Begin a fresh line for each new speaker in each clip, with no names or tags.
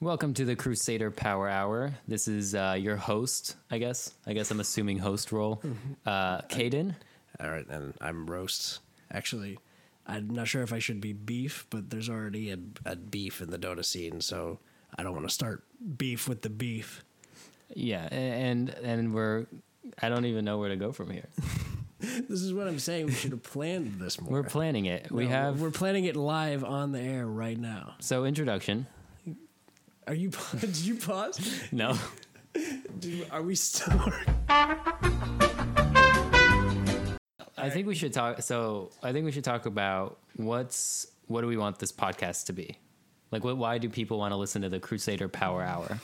Welcome to the Crusader Power Hour. This is uh, your host, I guess. I guess I'm assuming host role. Uh, Caden.
All right, and I'm roast. Actually, I'm not sure if I should be beef, but there's already a, a beef in the Dota scene, so I don't want to start beef with the beef.
Yeah, a- and and we're I don't even know where to go from here.
This is what I'm saying. We should have planned this more.
We're planning it. We
No,
have
We're planning it live on the air right now.
so introduction.
Are you? pa- Did you pause?
No.
Did, are we still?
I think we should talk so I think we should talk about what's what do we want this podcast to be? Like what why do people want to listen to the Crusader Power Hour?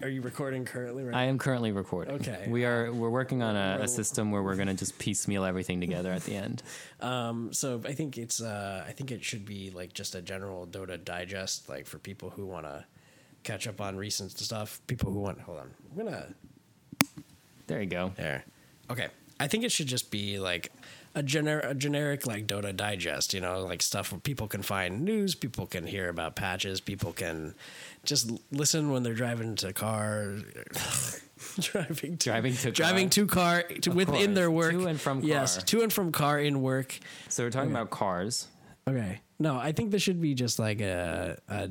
Are you recording currently? Right.
I am currently recording.
Okay.
We are we're working on a,
Well-
a system where we're gonna just piecemeal everything together at the end.
Um, so I think it's uh, I think it should be like just a general Dota digest, like for people who want to catch up on recent stuff. People who want hold on, I'm gonna
There you go.
there. Okay, I think it should just be like a gener a generic like Dota digest. You know, like stuff where people can find news, people can hear about patches, people can just l- listen when they're driving to car. driving to
Driving to
driving
car.
to car to, within
course.
their work
To and from
yes
car.
to and from car in work
So we're talking about cars.
Okay. No, I think this should be just like a, a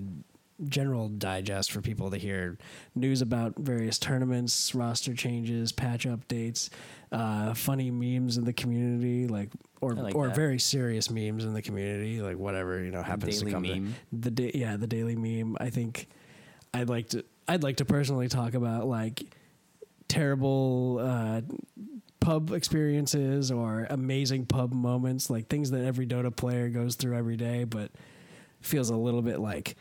general digest for people to hear news about various tournaments, roster changes, patch updates, uh, funny memes in the community, like or
like
or
that.
very serious memes in the community, like whatever you know happens
Daily
to come.
meme.
To, the da- yeah, the daily meme. I think I'd like to I'd like to personally talk about like terrible uh, pub experiences or amazing pub moments, like things that every Dota player goes through every day, but feels a little bit like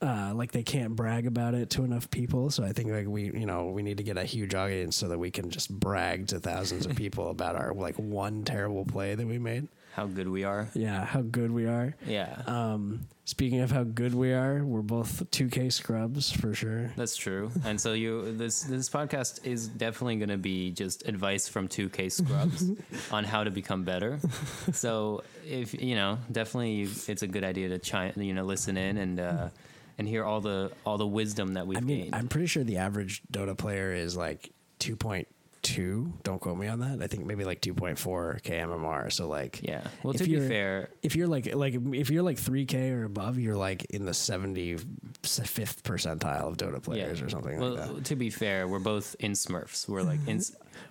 uh, like they can't brag about it to enough people. So I think like we you know we need to get a huge audience so that we can just brag to thousands of people about our like one terrible play that we made.
How good we are. Uh,
Yeah, how good we are.
Yeah.
Um, speaking of how good we are, we're both 2K scrubs for sure.
That's true. And so you this this podcast is definitely going to be just advice from 2K scrubs on how to become better. So if you know, definitely you, it's a good idea to chi- you know listen in and uh, and hear all the all the wisdom that we've
I mean,
gained.
I'm pretty sure the average Dota player is like 2.2. Don't quote me on that. I think maybe like 2.4 kmmr. So like,
yeah. Well,
if
to be
you're-
fair,
if you're like like if you're like 3k or above, you're like in the 75th percentile of Dota players or something
well,
like that.
to be fair, we're both in Smurfs. We're like in,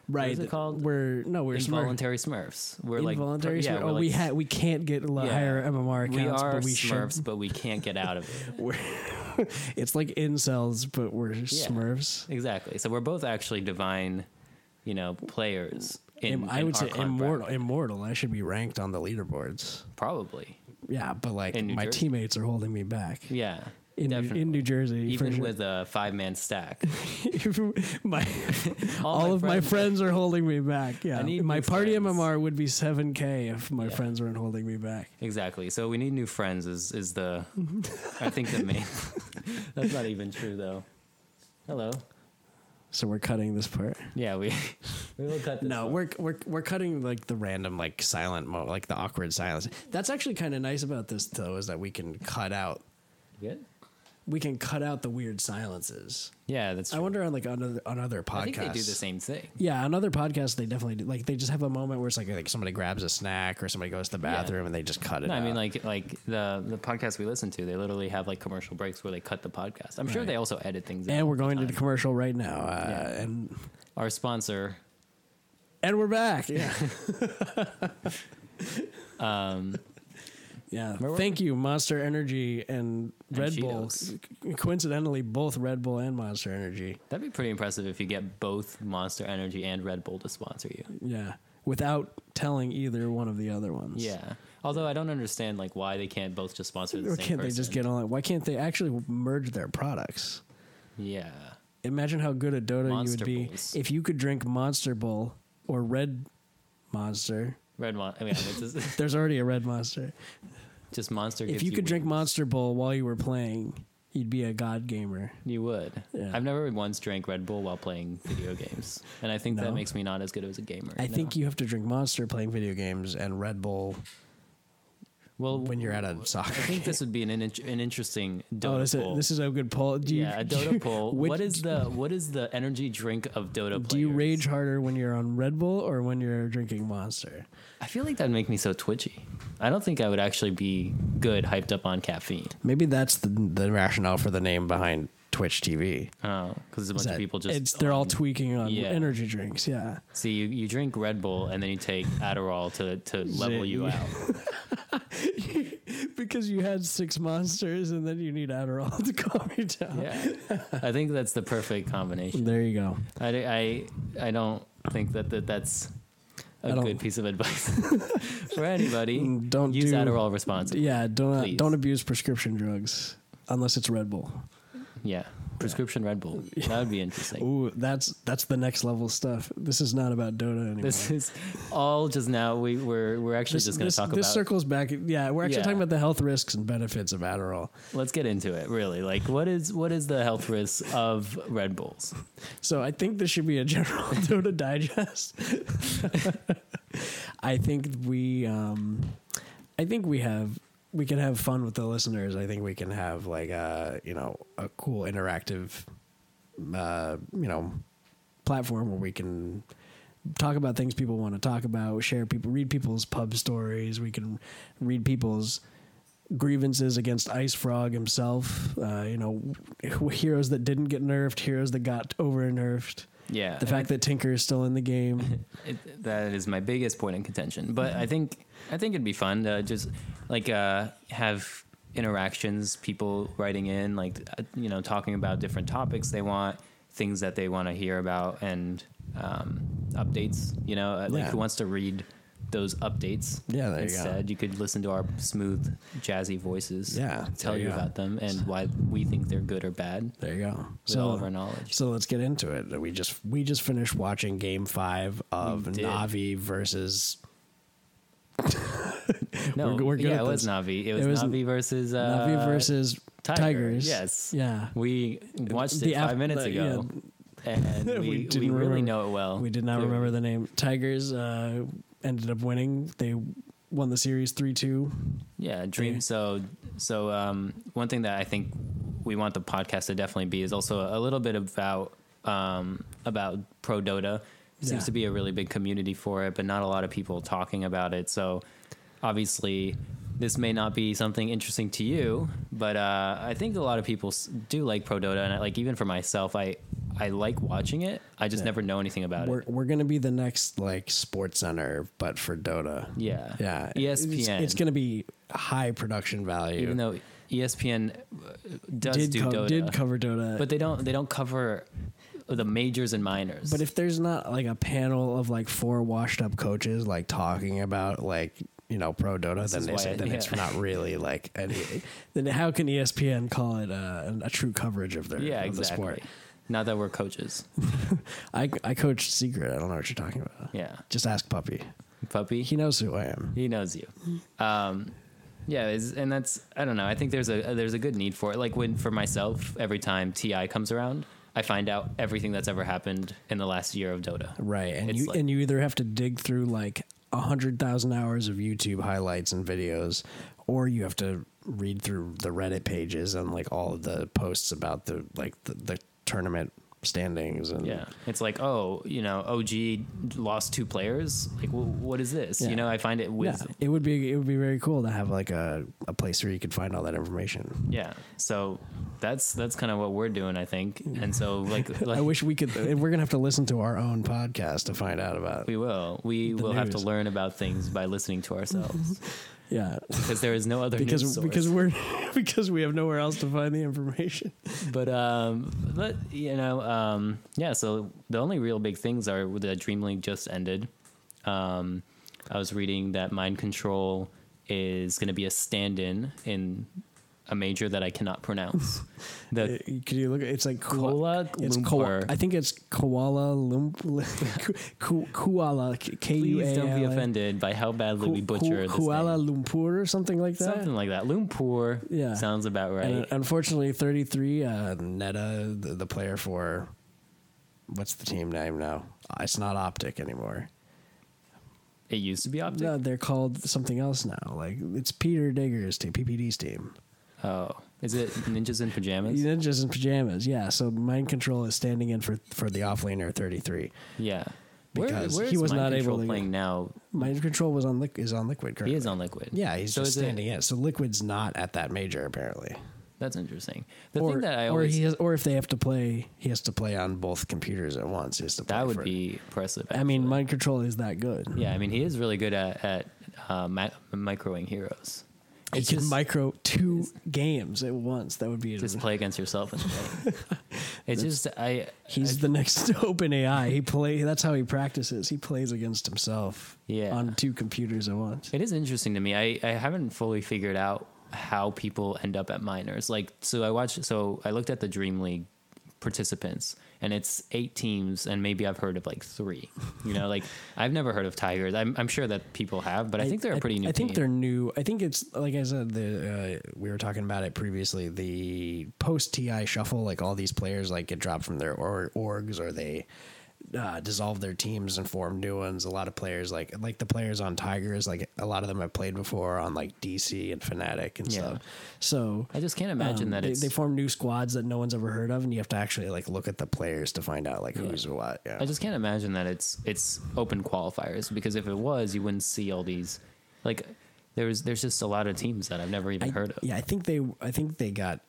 Right?
it called?
We're no, we're smart.
involuntary Smurfs. We're like
Involuntary.
yeah,
smurf.
we're
oh,
like
we ha- we can't get lo-
Yeah.
higher MMR
we
accounts,
are
but we
Smurfs,
should.
but we can't get out of it.
We're it's like incels, but we're Smurfs.
Exactly. So we're both actually divine, you know, players. In,
Im- I
in
would
our
say
contract.
immortal. Immortal. I should be ranked on the leaderboards.
Probably.
Yeah, but like
In New
my
Jersey?
teammates are holding me back.
Yeah.
In, New,
definitely.
in New Jersey,
Even
for
with a five man stack.
sure. my all,
my
of my
friends-
friends are holding me back. Yeah,
I need
my
new
party
friends.
MMR would be seven k if my friends weren't holding me back.
exactly. So we need new friends is, is the I think the main that's not even true though. Hello.
So we're cutting this part.
Yeah, we we will cut this.
No, we're we're we're cutting like the random like silent mo like the awkward silence. That's actually kind of nice about this though is that we can cut out
Good?
we can cut out the weird silences.
Yeah, that's
I
true.
wonder on like on other, on other podcasts.
I think they do the same thing.
Yeah, on other podcasts they definitely do. Like they just have a moment where it's like like somebody grabs a snack or somebody goes to the bathroom and they just cut it.
No, I mean
out.
like like the the podcast we listen to, they literally have like commercial breaks where they cut the podcast. I'm sure
Right.
they also edit things.
and
out.
we're going to the commercial right now, uh,
Yeah.
and
Our sponsor,
and we're back. Yeah,
um,
yeah.
Where were
Thank you, Monster Energy and
And
Red Bull.
Cheetos.
C- Coincidentally, both Red Bull and Monster Energy.
That'd be pretty impressive if you get both Monster Energy and Red Bull to sponsor you.
Yeah, without telling either one of the other ones.
Yeah. Although I don't understand like why they can't both just sponsor the
Or
same
can't
person.
they just get on? Why can't they actually merge their products?
Yeah.
Imagine how good a Dota
Monster
you would
Bulls.
be if you could drink Monster Bull or Red Monster.
Red Mon. I mean, it's just,
There's already a Red Monster.
just Monster.
if
gives
you could drink
wings.
Monster Bowl while you were playing, you'd be a god gamer.
you would.
Yeah.
I've never once drank Red Bull while playing video games, and I think
No?
that makes me not as good as a gamer.
I
No.
think you have to drink Monster playing video games and Red Bull
Well,
when you're at a soccer.
I think this would be an in- an interesting Dota
oh, this
poll.
is, this is a good poll. Do you,
yeah, a Dota poll.
which-
what is the what is the energy drink of Dota players?
Do you rage harder when you're on Red Bull or when you're drinking Monster?
I feel like that'd make me so twitchy. I don't think I would actually be good hyped up on caffeine.
Maybe that's the, the rationale for the name behind Twitch TV.
Oh, because a bunch of
That
people just
it's, they're all tweaking on
Yeah.
energy drinks. Yeah,
see you, you drink Red Bull and then you take Adderall to to level you out.
because you had six monsters and then you need Adderall to calm you down.
Yeah, I think that's the perfect combination.
There you go.
I, I, I don't think that, that that's a
I don't- Mm,
good piece of advice for anybody.
Don't
Use
do-
Adderall responsibly. Yeah.
Yeah, don't uh,
Please.
don't abuse prescription drugs unless it's Red Bull.
Prescription Red Bull. That would be interesting.
Ooh, that's that's the next level stuff. This is not about Dota anymore.
This is all just now. We, we're, we're actually just going to
this,
talk
this
about.
circles back. Yeah, we're actually
Yeah.
talking about the health risks and benefits of Adderall.
Let's get into it. Really, like what is what is the health risks of Red Bulls?
So I think this should be a general Dota digest. I think we, um, I think we have we can have fun with the listeners. I think we can have like a you know a cool interactive, uh, you know, platform where we can talk about things people want to talk about, share people, read people's pub stories. We can read people's grievances against Ice Frog himself. Uh, you know, heroes that didn't get nerfed, heroes that got over nerfed.
Yeah,
The fact that Tinker is still in the game.
it, that is my biggest point in contention. But I think I think it'd be fun to just like uh, have interactions, people writing in, like uh, you know, talking about different topics they want, things that they want to hear about, and um, updates. You know, uh, like
Yeah.
who wants to read those updates?
Yeah, there you go.
instead, you, could listen to our smooth, jazzy voices.
Yeah,
tell
there
you,
you go.
about them and why we think they're good or bad.
There you go.
With all of our knowledge.
So let's get into it. We just we just finished watching Game Five of
We did.
Navi versus
No,
We're- we're good
yeah,
at
it was
this.
Navi. It was,
was
Navi versus uh,
Navi versus
Tiger,
Tigers.
yes.
Yeah.
We watched it
The af-
five minutes
the-
ago, and
We
we, we,
didn't
really
remember.
know it well.
We did not
Clearly.
remember the name. Tigers uh, ended up winning. They won the series three two.
Yeah, dream. So, so um, one thing that I think we want the podcast to definitely be is also a little bit about um, about pro Dota. Seems
Yeah.
to be a really big community for it, but not a lot of people talking about it. So, obviously, this may not be something interesting to you, but uh, I think a lot of people s- do like pro Dota, and I, like even for myself, I I like watching it. I just
Yeah.
never know anything about
We're
it.
we're gonna be the next like Sports Center, but for Dota.
Yeah, E
Yeah. It's,
ESPN.
it's gonna be high production value.
even though E ESPN uh, does
did
do
co-
Dota,
did cover Dota,
but
but
they don't they don't cover the majors and minors.
but if there's not like a panel of like four washed up coaches like talking about like you know pro Dota, then
is
they
why
say,
I-
then it's
yeah.
not really like any. then how can E ESPN call it uh, a, a true coverage of their
yeah,
of the
exactly.
sport?
Not that we're coaches.
I I coached secret. I don't know what you're talking about.
Yeah,
Just ask Puppy.
puppy.
He knows who I am.
He knows you. Um, yeah, it's, and that's I don't know. I think there's a there's a good need for it. Like when for myself, every time Ti comes around, I find out everything that's ever happened in the last year of Dota.
Right, and
It's
you
like-
and you either have to dig through like a hundred thousand hours of YouTube highlights and videos, or you have to read through the Reddit pages and like all of the posts about the like the, the tournament standings and
Yeah, it's like oh, you know, OG lost two players. Like, wh- what is this?
Yeah.
You know, I find it
Yeah,
with
it would be it would be very cool to have like a, a place where you could find all that information.
Yeah. So that's that's kind of what we're doing, I think. And so like, like
I wish we could. and we're gonna have to listen to our own podcast to find out about.
we will. We will have to
news.
learn about things by listening to ourselves
Yeah,
because there is no other news
because
source.
because we're because we have nowhere else to find the information.
but um but you know um yeah, so the only real big things are the Dream League just ended. Um I was reading that Mind Control is going to be a stand-in in a major that I cannot pronounce. The
Uh, Could you look? It's like koa-
Kuala
It's koa-
Lumpur.
I think it's koala lump. Koala. K U A.
Please don't be
L A.
offended by how badly
Ku-
we
Ku-
butcher this. name.
Kuala Lumpur or something like that.
Something like that. Lumpur.
Yeah.
Sounds about right.
And uh, unfortunately, 33, uh, Netta, the, the player for what's the team name now? Uh, It's not Optic anymore.
It used to be Optic.
No, they're called something else now. Like it's Peter Digger's team, PPD's team.
Oh, is it Ninjas in Pajamas? Yeah.
Ninjas in pajamas. Yeah. So mind control is standing in for for the offlaner thirty three.
Where-
Because
where
he
is
was
Mind
not able
Control
to-
playing now.
Mind control was on liquid is on liquid currently.
He is on Liquid.
Yeah, he's
So
just
is it-
standing in. So liquid's not at that major apparently.
That's interesting. The
or
thing that I
or
always
he has, or if they have to play, he has to play on both computers at once. He has to play
that would
for-
be impressive.
I mean,
actually.
mind control is that good.
yeah, I mean, he is really good at at uh, ma- microwing heroes.
He
It's
can
just-
micro two games at once. That would be
just play against yourself and play. it's just I
He's the next open AI. He play that's how he practices. He plays against himself
Yeah.
on two computers at once.
it is interesting to me. I, I haven't fully figured out how people end up at minors. Like so I watched so I looked at the Dream League participants and it's eight teams and maybe I've heard of like three. You know, like I've never heard of Tigers. I'm I'm sure that people have, but I, think they're a pretty new
I think
team.
they're new. I think it's like I said. The uh, we were talking about it previously. The post TI shuffle, like all these players, like get dropped from their or- orgs or they uh, dissolve their teams and form new ones. A lot of players, like like the players on Tigers, like a lot of them have played before on like DC and Fnatic and
Yeah.
stuff. So
I just can't imagine
um,
that
they,
it's
they form new squads that no one's ever heard of, and you have to actually like look at the players to find out like who's what. Yeah.
I just can't imagine that it's it's open qualifiers because if it was, you wouldn't see all these. Like there's there's just a lot of teams that I've never even
I-
heard of.
Yeah, I think they I think they got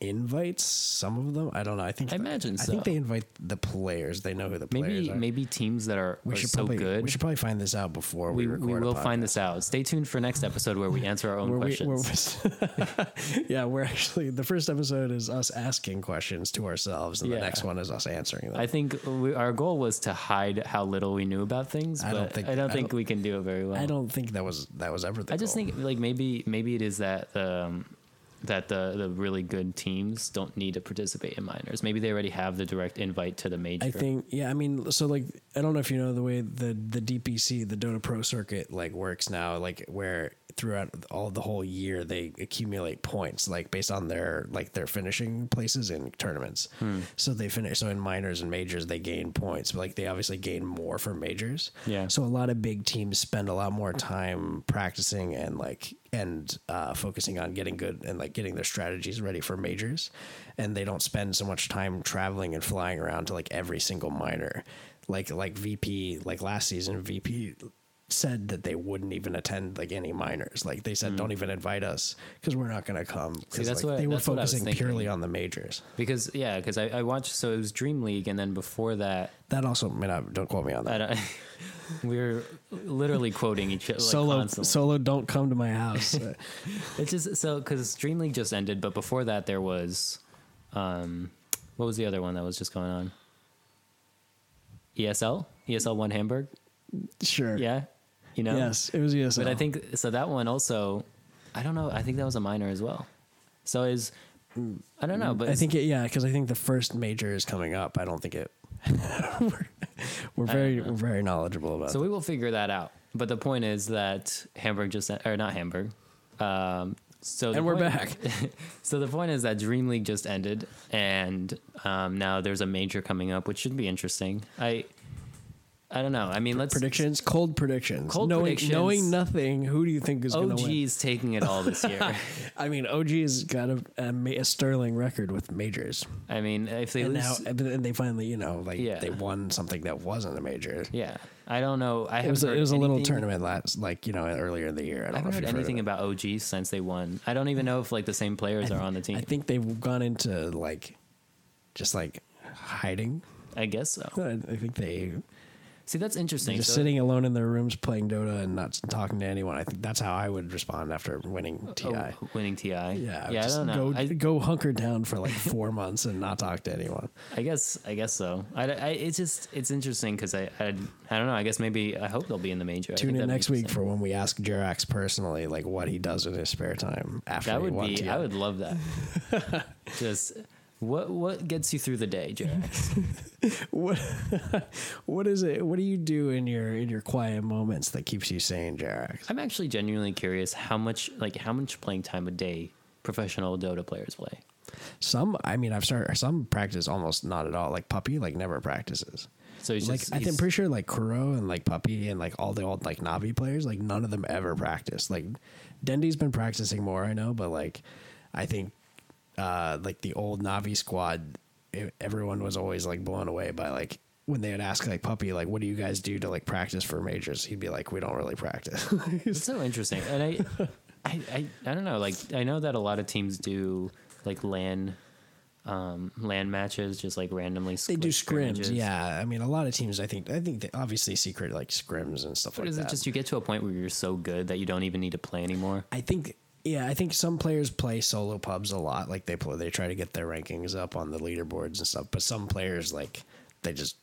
invites. Some of them, I don't know. I think
I imagine
I think
so.
they invite the players. They know who the players
Maybe
are.
maybe teams that are,
we
are
should
so
probably
good.
we should probably find this out before we,
we,
record.
we
a
will
podcast.
find this out. Stay tuned for next episode where we answer our own
Where we-
questions.
where we- yeah, we're actually the first episode is us asking questions to ourselves, and
Yeah.
the next one is us answering them.
I think we, our goal was to hide how little we knew about things, but I don't think,
I don't-
we can do it very well.
I don't think that was that was ever. The
I just
goal.
think like maybe maybe it is that um, that the the really good teams don't need to participate in minors. Maybe they already have the direct invite to the major.
I think yeah, I mean so like I don't know if you know the way the the DPC, the Dota Pro circuit like works now, like where throughout all the whole year they accumulate points like based on their like their finishing places in tournaments. So they finish so in minors and majors they gain points, but like they obviously gain more for majors.
Yeah.
So a lot of big teams spend a lot more time practicing and like and uh, focusing on getting good and like getting their strategies ready for majors, and they don't spend so much time traveling and flying around to like every single minor, like like VP like last season VP said that they wouldn't even attend like any minors like they said don't even invite us because we're not going to come because
Hmm. that's
like,
what-
they were
that's what I was
focusing
thinking.
purely on the majors
because yeah, because I, I watched. So it was Dream League, and then before that,
that also may not don't quote me on
I
that
don't, we were literally quoting each other. Like
solo
constantly.
solo don't come to my house
it's just so because Dream League just ended, but before that there was, um, what was the other one that was just going on? E ESL, ESL One Hamburg,
sure
yeah, you know,
Yes, it was ESL.
But I think so. That one also, I don't know. I think that was a minor as well. So is, I don't know, but
I
it's-
think it, yeah, because I think the first major is coming up. I don't think it. we're, we're very we're very knowledgeable about.
So we will figure that out. But the point is that Hamburg just or not Hamburg. Um, so the
And we're
point-
back.
so the point is that Dream League just ended, and um, now there's a major coming up, which should be interesting. I I don't know. I mean, let's
predictions, cold predictions,
Cold
knowing,
predictions.
knowing nothing. Who do you think is going to win?
OG's taking it all this year.
I mean, OG has got a, a, ma- a sterling record with majors,
I mean, if they
and now
lose,
and they finally, you know, like
Yeah.
they won something that wasn't a major.
yeah, I don't know. I
It was
haven't
a,
heard
it was a little
anything-
tournament last, like you know, earlier in the year. I don't
I
know
haven't
if
heard
you've heard of
anything
it.
about OG since they won. I don't even know if like the same players are on the team.
I
I,
think they've gone into like, just like hiding.
guess so.
I I think they
See, that's interesting.
just
So-
sitting alone in their rooms playing Dota and not talking to anyone. I think that's how I would respond after winning TI.
Oh, winning TI. Yeah,
yeah,
yeah. I
just
don't know.
Go
I,
go hunker down for like four months and not talk to anyone.
I guess. I guess so. I, I- it's just it's interesting because I, I I don't know. I guess maybe I hope they'll be in the major. I think
Tune in
that'd be
next week
interesting.
for when we ask Jerax personally, like what he does in his spare time after
That
he
would
won
be.
TI.
I would love that. just what what gets you through the day, Jarex?
What What is it? What do you do in your in your quiet moments that keeps you sane, Jerax?
I'm actually genuinely curious how much like how much playing time a day professional Dota players play.
Some, I mean, I've started some practice almost not at all. Like puppy, like never practices.
So he's
like
just
I think
he's-
I'm pretty sure like Kuro and like Puppy and like all the old like Navi players, like none of them ever practiced. Like Dendy's been practicing more, I know, but like I think uh like the old Navi squad, e- everyone was always like blown away by like when they would ask like Puppy, like what do you guys do to like practice for majors? He'd be like, we don't really practice.
It's so interesting, and I, I, I, I don't know. Like I know that a lot of teams do like LAN, um, LAN matches, just like randomly.
they do
split
scrims, yeah. I mean, a lot of teams. I think I think they obviously secret like scrims and stuff
But
like
is
that.
it just you get to a point where you're so good that you don't even need to play anymore?
I think yeah, I think some players play solo pubs a lot. Like they play, they try to get their rankings up on the leaderboards and stuff. But some players like they just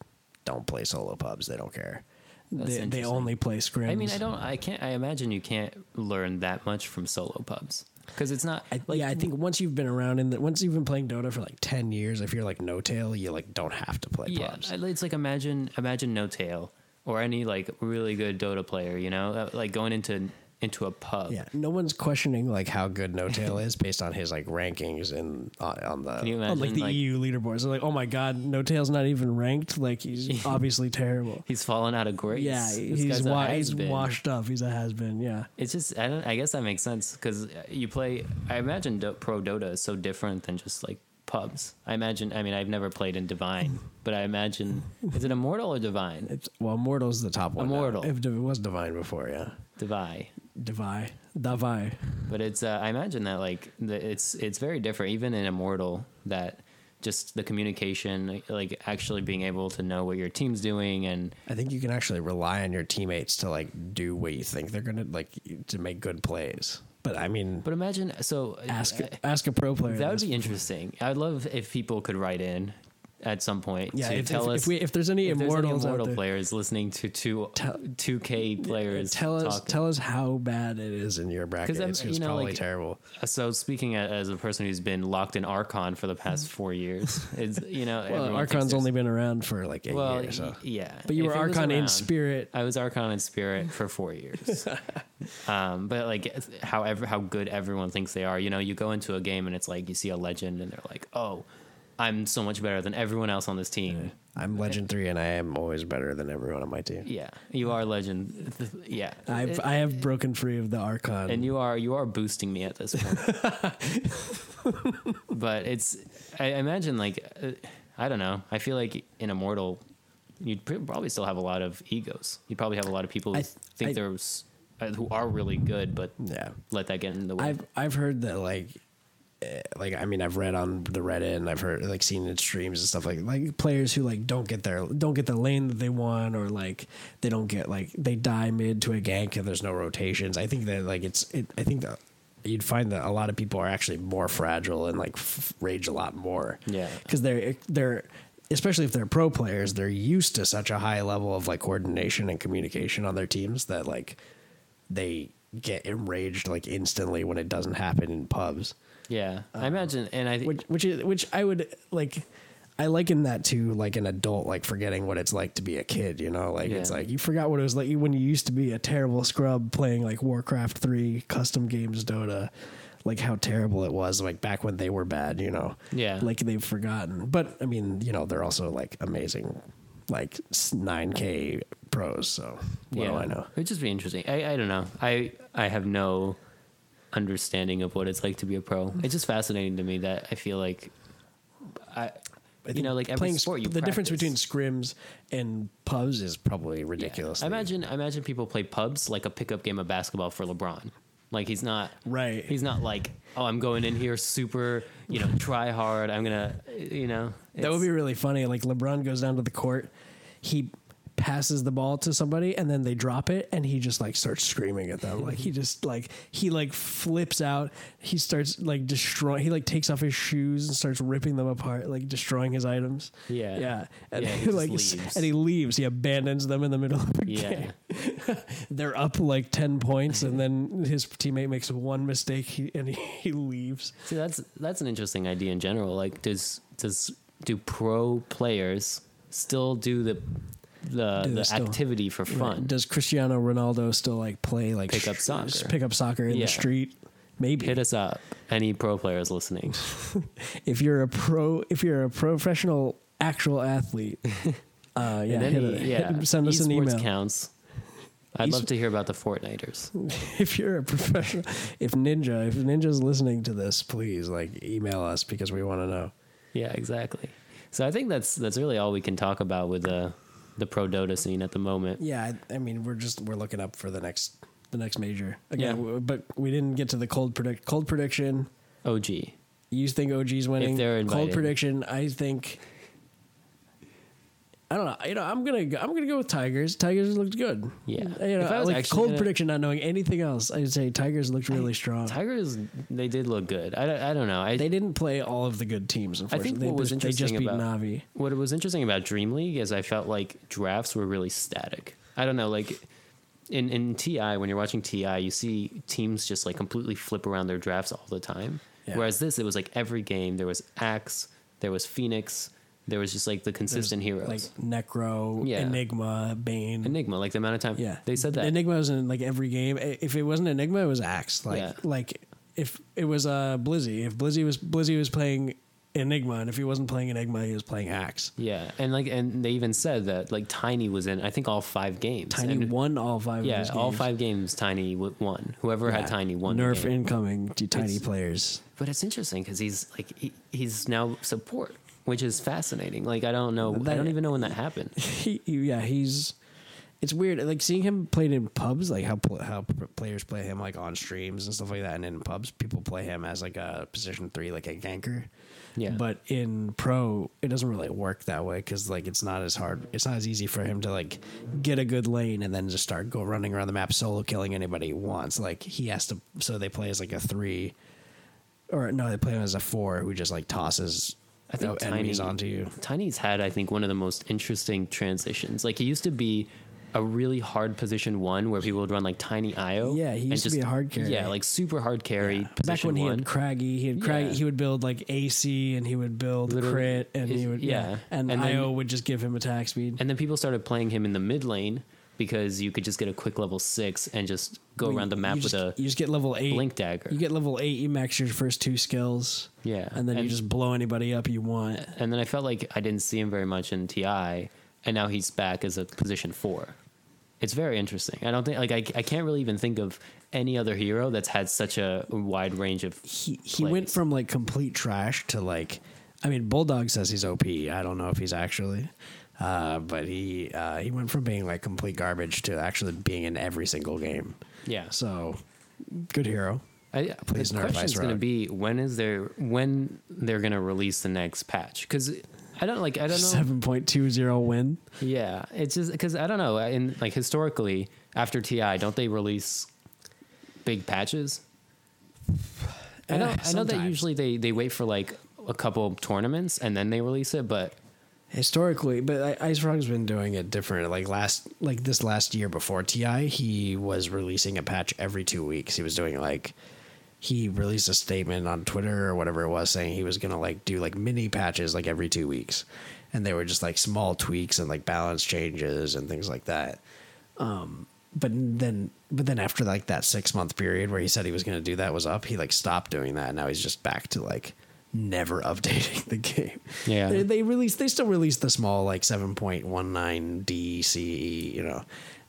don't play solo pubs. They don't care.
That's
They, they
interesting.
only play scrims.
I mean, I don't. I can't. I imagine you can't learn that much from solo pubs because it's not.
I,
like,
yeah, I think once you've been around in the once you've been playing Dota for like ten years, if you're like no tail, you like don't have to play
yeah,
pubs.
I- it's like imagine imagine No Tail or any like really good Dota player. You know, Uh, like going into into a pub.
yeah, no one's questioning like how good No Tail is based on his like rankings and on, on the. E
Can you
on
imagine?
like the EU leaderboards. They're like, oh my god, No Tail's not even ranked. Like he's obviously terrible.
He's fallen out of grace.
Yeah,
This
he's
guy's a
wa- he's
has-been.
washed up. He's a has been. Yeah,
It's just I don't. I guess that makes sense because you play. I imagine Do- pro Dota is so different than just like pubs. I imagine. I mean, I've never played in Divine, but I imagine is it Immortal or Divine?
It's, well, Immortal's the top one. now.
Immortal.
If it was Divine before, yeah.
Divine.
Devi, Devi.
But it's uh, I imagine that like the, it's it's very different even in Immortal that just the communication like actually being able to know what your team's doing and
I think you can actually rely on your teammates to like do what you think they're gonna like to make good plays. But I mean,
but imagine so
Ask
uh,
ask a pro player.
that would
this.
be interesting. I'd love if people could write in at some point
yeah.
to
If, if,
tell us
if, we, if there's any
if there's any
immortals
immortal
out there,
players listening to two
Tell-
two K players
tell us
talking.
tell us how bad
it
it is.
is in your bracket.
I'm-
It's,
you
it's
know,
probably
like-
terrible.
Uh, so speaking a- as a person who's been locked in Archon for the past four years, it's you know
Mm. Well,
everyone thinks
Archon's
there's-
only been around for.
For like eight
well
years, so.
y- yeah,
But you
If
were
it was
Archon in
around-
spirit.
I was Archon in spirit for four years. um, but like, however, how good everyone thinks they are, you know, you go into a game and it's like you see a legend and they're like, oh, I'm so much better than everyone else on this team.
I'm Legend Three, and I am always better than everyone on my team.
Yeah, you are legend. Yeah,
I've, I have broken free of the Archon.
and you are you are boosting me at this point. but it's I imagine like uh, I don't know. I feel like in Immortal, you'd pr- probably still have a lot of egos. You'd probably have a lot of people who
I th-
think
I-
they're s- uh, who are really good, but
Yeah.
let that get in the way.
I've I've heard that like. eh, Like I mean, I've read on the Reddit and I've heard like seen in streams and stuff like like players who like don't get their don't get the lane that they want or like they don't get like they die mid to a gank and there's no rotations. I think that like it's it, I think that you'd find that a lot of people are actually more fragile and like f- rage a lot more.
Yeah.
because they're they're especially if they're pro players, they're used to such a high level of like coordination and communication on their teams that like they get enraged like instantly when it doesn't happen in pubs.
yeah, I imagine, and I
um, Which which is which I would like I liken that to like an adult like forgetting what it's like to be a kid, you know? Like it's
Yeah.
like
you forgot what it was like when you used to be a terrible scrub playing like Warcraft 3 custom games Dota
like how terrible it was like back when they were bad, you know.
Yeah.
Like they've forgotten. But I mean, you know, they're also like amazing like 9k pros, so what do I know?
It'd just be interesting. I, I don't know. I I have no understanding of what it's like to be a pro. It's just fascinating to me that I feel like I, you
think
know like every
playing
sport you
the difference
practice.
between scrims and pubs is probably ridiculous.
I imagine I imagine people play pubs like a pickup game of basketball for LeBron. Like he's not
Right.
He's not like oh I'm going in here super you know try hard. I'm gonna you know
that would
it's-
be really funny like LeBron goes down to the court he passes the ball to somebody and then they drop it and he just like starts screaming at them like he just like he like flips out he starts like destroying he like takes off his shoes and starts ripping them apart like destroying his items
Yeah.
yeah and
Yeah, he
he
just
like
leaves.
and he leaves he abandons them in the middle of a game
yeah.
they're up like 10 points and then his teammate makes one mistake he- and he, he leaves
See, that's that's an interesting idea in general. Like, does does do pro players still do the the,
they
the
still-
activity for fun?
does cristiano ronaldo still like play like
Pick up
sh-
soccer.
s- pick up soccer in
Yeah.
the street maybe
Hit us up, any pro players listening.
if you're a pro if you're a professional actual athlete Uh, yeah,
And then,
hit it-
yeah,
hit- send us an
esports
email
counts. I'd
Esports-
love to hear about the Fortniters.
if you're a professional,
if Ninja.
if Ninja's listening to this, please like email us because we want to know.
Yeah, exactly. So I think that's that's really all we can talk about with the the pro Dota scene at the moment.
Yeah, I, I mean we're just we're looking up for the next the next major. Again, w- but we didn't get to the cold predict cold prediction.
OG.
You think OG's winning?
they're
cold
invited.
prediction. I think. I don't know. You know, I'm gonna go, I'm gonna go with Tigers. Tigers looked good.
Yeah.
You know,
If I was
like
actually
cold
gonna-
prediction, not knowing anything else, I'd say Tigers looked really strong.
Tigers, they did look good. I, don't- I don't know. I,
they didn't play all of the good teams. Unfortunately,
think
they,
what was
just, they just
interesting
beat
about-
Navi.
what was interesting about Dream League is I felt like drafts were really static. I don't know, like in in TI when you're watching TI, you see teams just like completely flip around their drafts all the time.
Yeah.
Whereas this, it was like every game there was Axe, there was Phoenix, there was just like the consistent heroes.
like Necro,
Yeah.
Enigma, Bane.
Enigma, like the amount of time
Yeah,
they said that.
Enigma was in like every game. I- If it wasn't Enigma, it was Axe. Like
Yeah.
like if it was uh Blizzy, if Blizzy was Blizzy was playing Enigma, and if he wasn't playing Enigma, he was playing Axe.
yeah, and like and they even said that like Tiny was in I think all five games.
Tiny
and,
won all five. of
Yeah,
his
all
games.
five games Tiny w- won. Whoever
Yeah.
had Tiny won. the
Nerf
game.
incoming to Tiny
It's-
players.
But it's interesting because he's like he, he's now support, which is fascinating. Like I don't know, I
That-
don't even know when that happened.
He, he- yeah, he's. It's weird, like seeing him played in pubs, like how pl- how p- players play him, like on streams and stuff like that, and in pubs, people play him as like a position three, like a ganker.
Yeah,
But in pro, it doesn't really work that way because like it's not as hard, it's not as easy for him to like get a good lane and then just start go running around the map solo killing anybody he wants. Like he has to, so they play as like a three, or no, they play him as a four who just like tosses
I think
uh, enemies
Tiny-
onto you.
Tiny's had I think one of the most interesting transitions. Like he used to be a really hard position one where people would run like Tiny IO.
Yeah, he
and
used to be a hard carry.
Yeah, like super hard carry. Position
Back when he
one.
had Craggy, he had Craggy,
Yeah.
he would build like AC and he would build
Literally,
crit and he
it-
would yeah,
yeah.
and,
And then-
IO would just give him attack speed.
And then people started playing him in the mid lane because you could just get a quick level six and just go
Well,
around the map
you
with
just,
a
you just get level eight
blink dagger.
You get level eight, you max your first two skills.
Yeah,
And then you
and-
just blow anybody up you want.
and then I felt like I didn't see him very much in TI, and now he's back as a position four. It's very interesting. I don't think like I, I can't really even think of any other hero that's had such a wide range of.
He he went
plays.
from like complete trash to like I mean Bulldog says he's OP. I don't know if he's actually. Uh, but he uh, he went from being like complete garbage to actually being in every single game.
yeah. So
So good hero.
I,
Please
the
nerf
question's
Vice
going to
Road.
be when is there when they're going to release the next patch because. I don't like. I don't know.
Seven point two zero win.
Yeah, it's just because I don't know. In like historically, after TI, don't they release big patches? I know. I
Eh,
know that
sometimes.
usually they they wait for like a couple of tournaments and then they release it, but
historically but I- ice frog's been doing it different like last like this last year before ti he was releasing a patch every two weeks he was doing like he released a statement on twitter or whatever it was saying he was gonna like do like mini patches like every two weeks and they were just like small tweaks and like balance changes and things like that um but then but then after like that six month period where he said he was gonna do that was up he like stopped doing that and now he's just back to like never updating the game
Yeah.
they, they release they still release the small like 7.19 DCE, E, you know.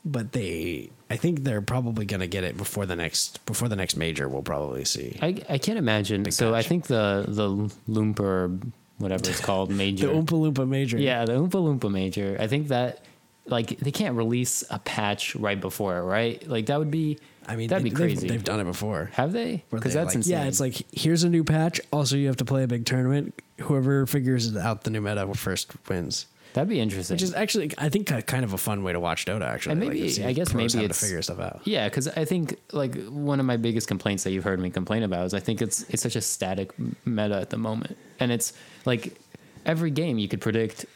But they I think they're probably going to get it before the next before the next major we'll probably see.
I I can't imagine. so I
patch.
think the the Loomper whatever it's called major.
The Oompa Loompa major.
yeah, the Oompa Loompa major. I think that like they can't release a patch right before it, right? Like that would be.
I mean
that'd be
they, they've-
crazy.
They've, done it before.
Have they?
Where
Because
they,
that's
like-
insane.
Yeah, it's like here's a new patch. Also you have to play a big tournament. Whoever figures out the new meta first wins.
that'd be interesting.
Which is actually I think ki- kind of a fun way to watch Dota actually.
And
Like,
maybe-
see
I guess
pros
maybe
how to
it's-
figure stuff out.
Yeah, because I think like one of my biggest complaints that you've heard me complain about is I think it's it's such a static m- meta at the moment, and it's like every game you could predict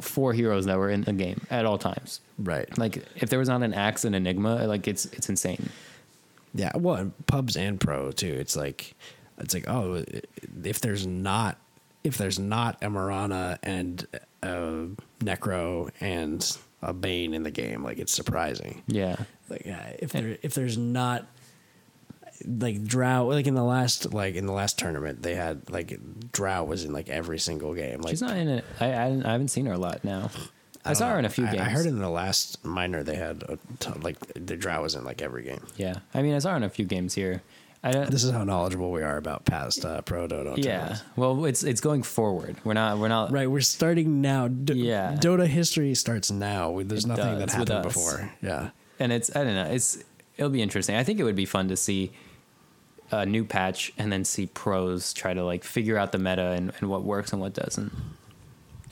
four heroes that were in the game at all times.
Right.
Like if there was not an axe and enigma, like it's it's insane.
Yeah, well, and pubs and pro too. It's like, it's like, oh, if there's not, if there's not a Marana and a Necro and a Bane in the game, like it's surprising.
Yeah,
Like, yeah, if there, if there's not, like Drow, like in the last, like in the last tournament, they had like Drow was in like every single game. Like,
she's not in it. I I, I haven't seen her a lot now. I saw her in a few
I,
games.
I heard in the last minor they had a ton, like the drought was in like every game.
Yeah, I mean, I saw her in a few games here. I don't.
This is how knowledgeable we are about past uh, pro dodo.
yeah.
tournaments.
Well, it's it's going forward. We're not. We're not.
right. We're starting now. D-
Yeah.
Dota history starts now. We- There's
It
nothing that
does with
happened
us.
before. Yeah.
And it's. I don't know. It's. It'll be interesting. I think it would be fun to see a new patch and then see pros try to like figure out the meta and, and what works and what doesn't.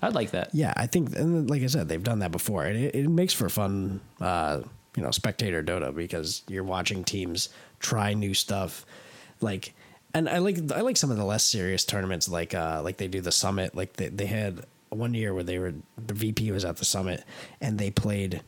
I'd like that.
Yeah, I think, and like I said, they've done that before. and It, it makes for fun, uh, you know, spectator Dota because you're watching teams try new stuff, like, and I like I like some of the less serious tournaments, like uh, like they do the summit. Like they they had one year where they were the VP was at the summit and they played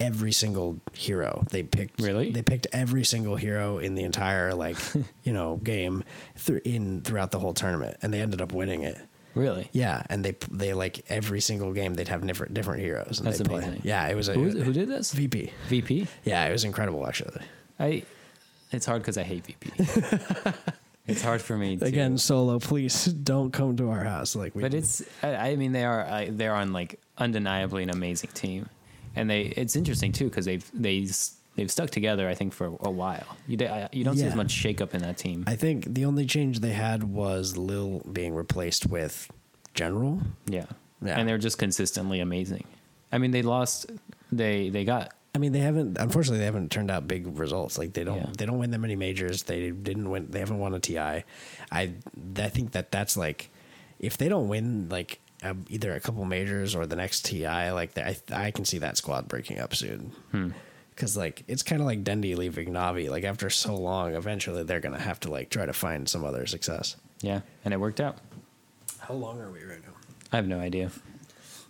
every single hero they picked
Really?
they picked every single hero in the entire like you know game thr in throughout the whole tournament and they ended up winning it
Really.
yeah, and they they like every single game they'd have different different heroes. And
That's
they'd play.
amazing.
Yeah, it was a
Who, who did this?
VP.
VP.
Yeah, it was incredible actually.
I. It's hard because I hate VP. it's hard for me. To,
Again,
Solo, please
Don't come to our house like we.
But it's, I, I mean, they are I, they're on like undeniably an amazing team, and they it's interesting too because they've they s- they've stuck together I think for a while. You d- I- you don't see as
Yeah.
much shakeup in that team.
I think the only change they had was Lil being replaced with General.
yeah.
Yeah.
and they're just consistently amazing. I mean, they lost, they they got
I mean, they haven't. Unfortunately, they haven't turned out big results. Like they don't.
Yeah.
They don't win that many majors. They didn't win. They haven't won a TI. I. I think that that's like, if they don't win like a, either a couple majors or the next TI, like I I can see that squad breaking up soon.
Hmm.
Because like it's kind of like Dendi leaving Navi. Like after so long, eventually they're gonna have to like try to find some other success.
yeah, and it worked out.
How long are we right now?
I have no idea.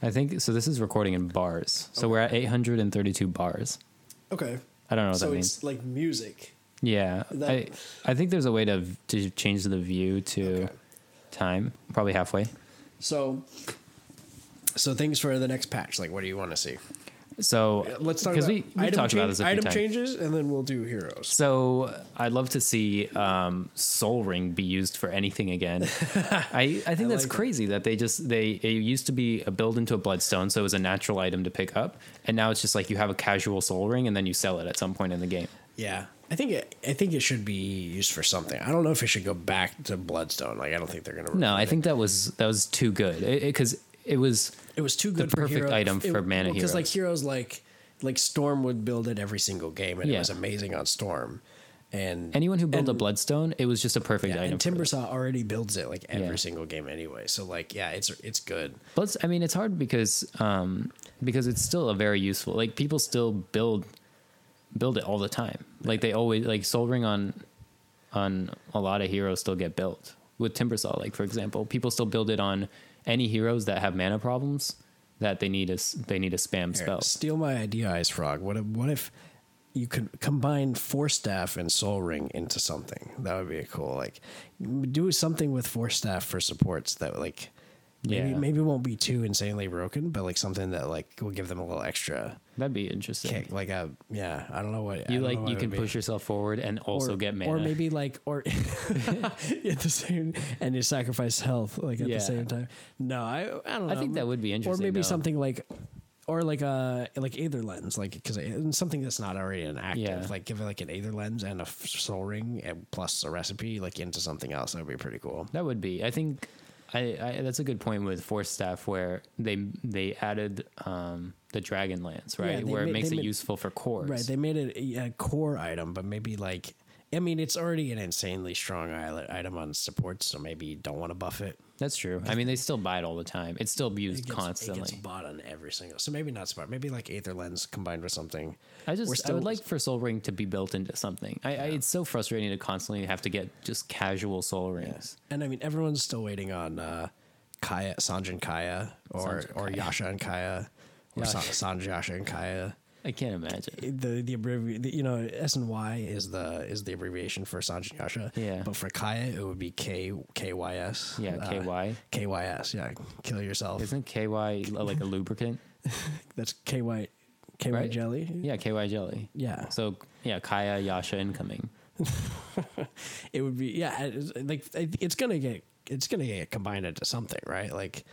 I think so. This is recording in bars, so we're at 832 bars.
Okay.
I don't know what that means.
like music.
Yeah,
That-
I I think there's a way to to change the view to
Okay.
time, probably halfway.
So. So things for the next patch. Like, what do you want to see?
So
Let's talk
because
about
we we
item,
talked about
change-
this a few
item
times.
changes, and then we'll do heroes.
So I'd love to see um, Soul Ring be used for anything again. I, I think that's
like that.
crazy that they just they it used to be a build into a bloodstone, so it was a natural item to pick up, and now it's just like you have a casual Soul Ring and then you sell it at some point in the game.
Yeah, I think it, I think it should be used for something. I don't know if it should go back to Bloodstone. Like, I don't think they're gonna.
No,
repeat
I
it.
think that was that was too good because it, was
it was too
the
good. for
perfect
hero-
item for mana
because like heroes like like Storm would build it every single game, and
Yeah.
it was amazing on Storm. And
anyone who built a bloodstone, it was just a perfect
yeah,
item.
and
for them.
Timbersaw already builds it like every
Yeah.
single game anyway. So like, yeah, it's it's good.
Plus, I mean, it's hard because um, because it's still a very useful. Like people still build build it all the time. Like they always like Soul Ring on on a lot of heroes still get built with Timbersaw. Like for example, people still build it on any heroes that have mana problems that they need a s- they need a spam
Here,
spell.
Steal my idea, Ice Frog. What if, what if you could combine Force Staff and Soul Ring into something? That would be cool. Like, do something with Force Staff for supports that like, maybe,
Yeah.
maybe won't be too insanely broken, but like something that like will give them a little extra
That'd be interesting.
kick. Like a yeah, I don't know what I
You
don't know
like
what
you
it
can
would be.
push yourself forward and also
or,
get mana.
or maybe like or at the same and you sacrifice health like at
Yeah.
the same time. No, I I don't know.
I think that would be
or
interesting.
maybe
though.
something like
Or like a like either lens, like because something that's not already an active,
Yeah.
like give it like an either lens and a f- soul ring and plus a recipe like into something else. That would be pretty cool.
That would be. I think I, I that's a good point with force staff where they they added um, the dragon lance right
they
where it
ma-
makes
they
it
ma-
useful for cores.
Right. They made it a, a core item, but maybe like, I mean, it's already an insanely strong islet item on supports, so maybe you don't want to buff it.
that's true. I mean, they still buy it all the time. It's still used
It gets-
constantly.
It gets bought on every single. So maybe not smart. Maybe like Aether Lens combined with something.
I
We're
just I
still-
would like for Soul Ring to be built into something. I, I it's so frustrating to constantly have to get just casual Soul Rings.
And I mean, everyone's still waiting on uh, Kaya, Sanjin Kaya, or
Sanjin
or Yasha and Kaya, or San,
Yasha.
Sanj Yasha and Kaya.
I can't imagine.
The the abbrevi- the, you know S and Y is the is the abbreviation for Sanjin Yasha.
Yeah.
But for Kaya, it would be K K Y S.
Yeah,
Uh,
KY
KYS, yeah, kill yourself.
isn't KY like a lubricant?
that's KY KY
Right.
jelly.
Yeah, KY jelly.
Yeah.
So yeah, Kaya Yasha incoming.
It would be yeah, it's- like it- it's gonna get it's gonna get combined into something, right? Like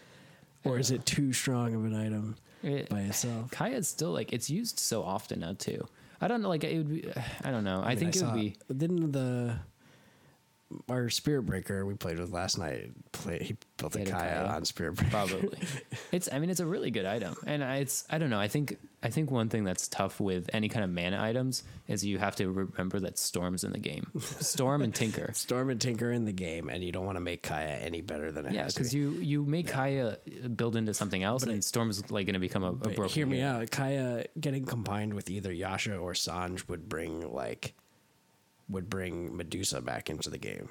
Or is it too strong of an item?
It-
by itself.
Kaya is still like it's used so often now too. I don't know. Like it would be. I don't know. I,
mean,
think it
saw-
would be.
Didn't the our Spirit Breaker we played with last night? Play he built a
He had a
kayak
kayak.
on Spirit Breaker.
probably it's i mean it's a really good item and I- it's i don't know i think i think one thing that's tough with any kind of mana items is you have to remember that storm's in the game storm and tinker
Storm and Tinker in the game, and you don't want to make Kaya any better than it
yeah
has to
because
be.
you you make kaya build into something else and storm's like going to become a, a
But
broken
hear me
unit.
out. Kaya getting combined with either Yasha or Sanj would bring like would bring Medusa back into the game.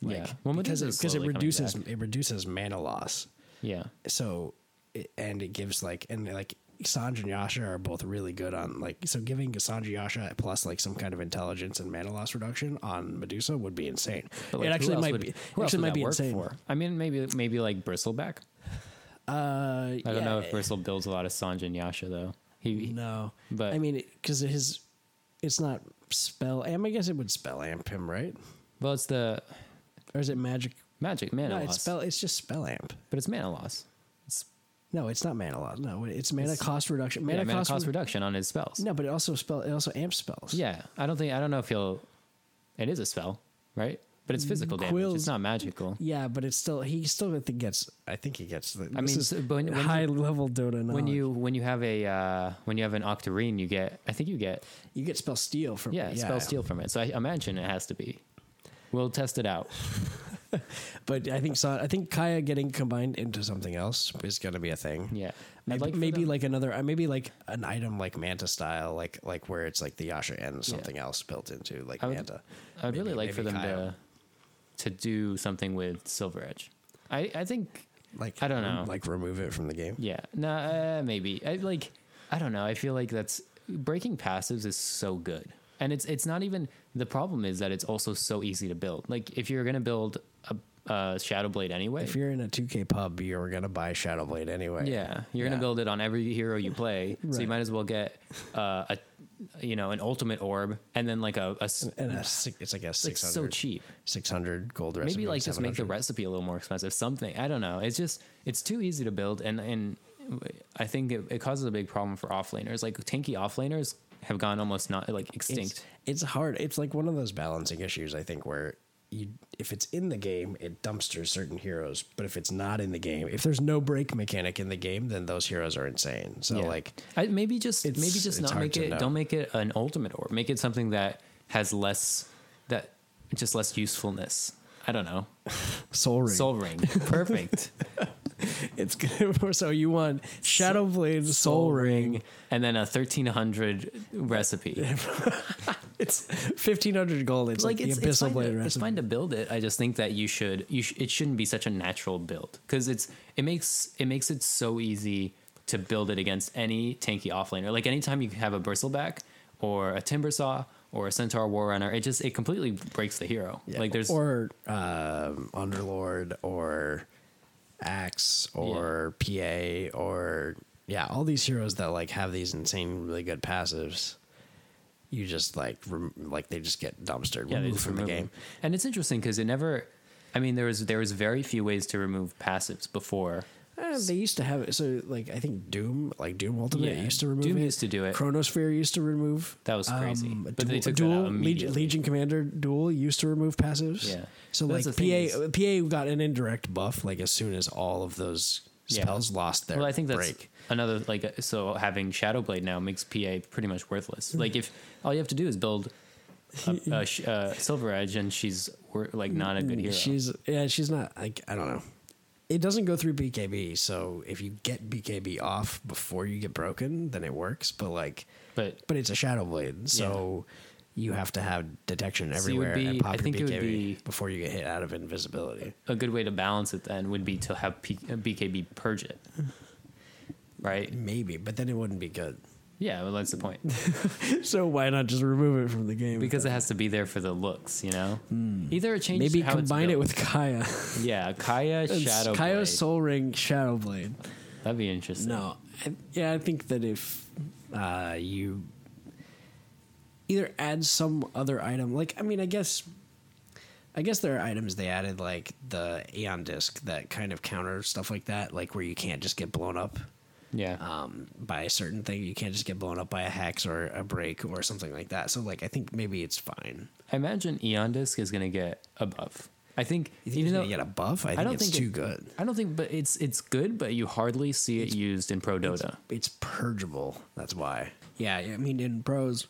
Like,
Yeah. Well,
because it,
Medusa's
because
slowly
it
coming
reduces
back.
it reduces mana loss.
yeah
so it- and it gives like and like Sanj and Yasha are both really good on like so giving Sanj Yasha plus like some kind of intelligence and mana loss reduction on Medusa would be insane.
But, like,
it
who
actually
else
might
would-
be
who else
actually
would
might
that
be
work
insane.
for? i mean maybe maybe like bristleback
Uh,
i don't
yeah,
know if bristle builds a lot of sanj and yasha though he he-
No,
but-
I mean because his it's not spell amp. I guess it would spell amp him, right?
well it's the
Or is it magic?
magic mana
no,
loss
it's spell. It's just spell amp.
but it's mana loss it's
No, it's not mana loss. No, it's mana
It's-
cost reduction.
mana,
Mana,
mana
cost,
cost
re-
reduction on his spells
No, but it also spell. It also amp spells.
Yeah, I don't think I don't know if he'll. It is a spell, right? But it's physical damage.
Quill's-
It's not magical.
Yeah, but it's still he still I think gets I think he gets the I
mean,
this
so-
is
but when- when you-
high level Dota knowledge.
When you when you have a uh, when you have an octarine, you get I think you get
you get spell steal from
yeah, spell steal from it. So I imagine it has to be. We'll test it out.
But I think so, I think Kaya getting combined into something else is gonna be a thing.
Yeah,
Maybe,
I'd like for
maybe
them-
like another, uh, maybe like an item like Manta style, like like where it's like the Yasha and something else built into like
I would-
Manta.
I'd really
maybe-
like for
maybe
them
Kaya.
to to do something with Silver Edge. I I think
Like
I don't know.
like remove it from the game.
yeah, no, uh, maybe I like I don't know. I feel like that's breaking passives is so good, and it's it's not even the problem is that it's also so easy to build. Like if you're gonna build a, a Shadow Blade anyway,
If you're in a 2K pub, you're gonna buy Shadow Blade anyway.
Yeah, you're gonna
Yeah.
build it on every hero you play, so you might as well get uh, a, you know, an ultimate orb and then like a, a s-
and a, si- it's like a
it's
600,
so cheap.
six hundred gold recipe.
Maybe like just make the
700.
recipe a little more expensive. Something I don't know. It's just it's too easy to build, and and I think it, it causes a big problem for offlaners. Like tanky offlaners have gone almost not like extinct.
It's, it's hard. It's like one of those balancing issues, I think, where you if it's in the game, it dumpsters certain heroes, but if it's not in the game, if there's no break mechanic in the game, then those heroes are insane. So
Yeah.
like
I, maybe just maybe
It's-
just
it's
not
hard
make
to
it.
know.
Don't make it an ultimate orb. Make it something that has less that just less usefulness. I don't know.
Soul Ring.
Soul ring, perfect.
It's good. so you want Shadow Blade Soul, Ring.
and then a 1300 recipe.
It's fifteen hundred gold. It's like,
it's,
the
it's,
Abyssal
fine
Blade
to, it's
recipe.
fine to build it. I just think that you should you sh- it shouldn't be such a natural build because it's it makes it makes it so easy to build it against any tanky offlaner. Like anytime you have a bristleback or a timber saw or a centaur war runner, it just it completely breaks the hero.
Yeah.
Like there's
or um, Underlord or Axe or PA or yeah, all these heroes that like have these insane, really good passives. You just like rem- like they just get dumpstered
yeah, they
removed
just
from the
remove
game.
them. And it's interesting because it never. I mean, there was there was very few ways to remove passives before.
Uh, they used to have it. So like I think Doom, like Doom Ultimate,
Yeah,
used to remove
Doom
it.
used to do it.
Chronosphere used to remove.
That was crazy. But they took that out
dual Legion,
immediately.
Legion Commander Duel used to remove passives.
Yeah.
So
But that's
like PA,
the thing is-
PA got an indirect buff like as soon as all of those
Yeah.
spells lost their
Well, I think that's
break.
another like uh, so having Shadowblade now makes PA pretty much worthless. Like if all you have to do is build a, a, sh- uh Silver Edge and she's wor- like not a good hero.
Mm, She's yeah, she's not like I don't know. It doesn't go through BKB, so if you get BKB off before you get broken, then it works. But like,
but
but it's a shadow blade, so you have to have detection
you would
everywhere and
be- I
pop your
think it would
BKB
be-
before you get hit out of invisibility.
a good way to balance it then would be to have P- uh, BKB purge it. Right?
Maybe, but then it wouldn't be good.
Yeah, well that's the point.
So why not just remove it from the game?
Because it has to be there for the looks, you know? Either it changes
maybe
how it's
combine it
built.
with Kaya.
Yeah, Kaya Shadowblade.
Kaya Soul Ring Shadow Blade.
That'd be interesting.
No, I, yeah, I think that if
Uh, you either add some other item, like I mean, I guess, I guess there are items they added, like the Aeon Disc that kind of counter stuff like that, like where you can't just get blown up.
Yeah.
um, by a certain thing. You can't just get blown up by a hex or a break or something like that. So like I think maybe it's fine.
I imagine Eon Disc is going to get a buff. I think,
You think
even
it's
though
gonna get a buff? I think it's too
it-
good.
I don't think, but it's it's good, but you hardly see it used in Pro Dota.
It's purgeable. That's why. Yeah, I mean in pros,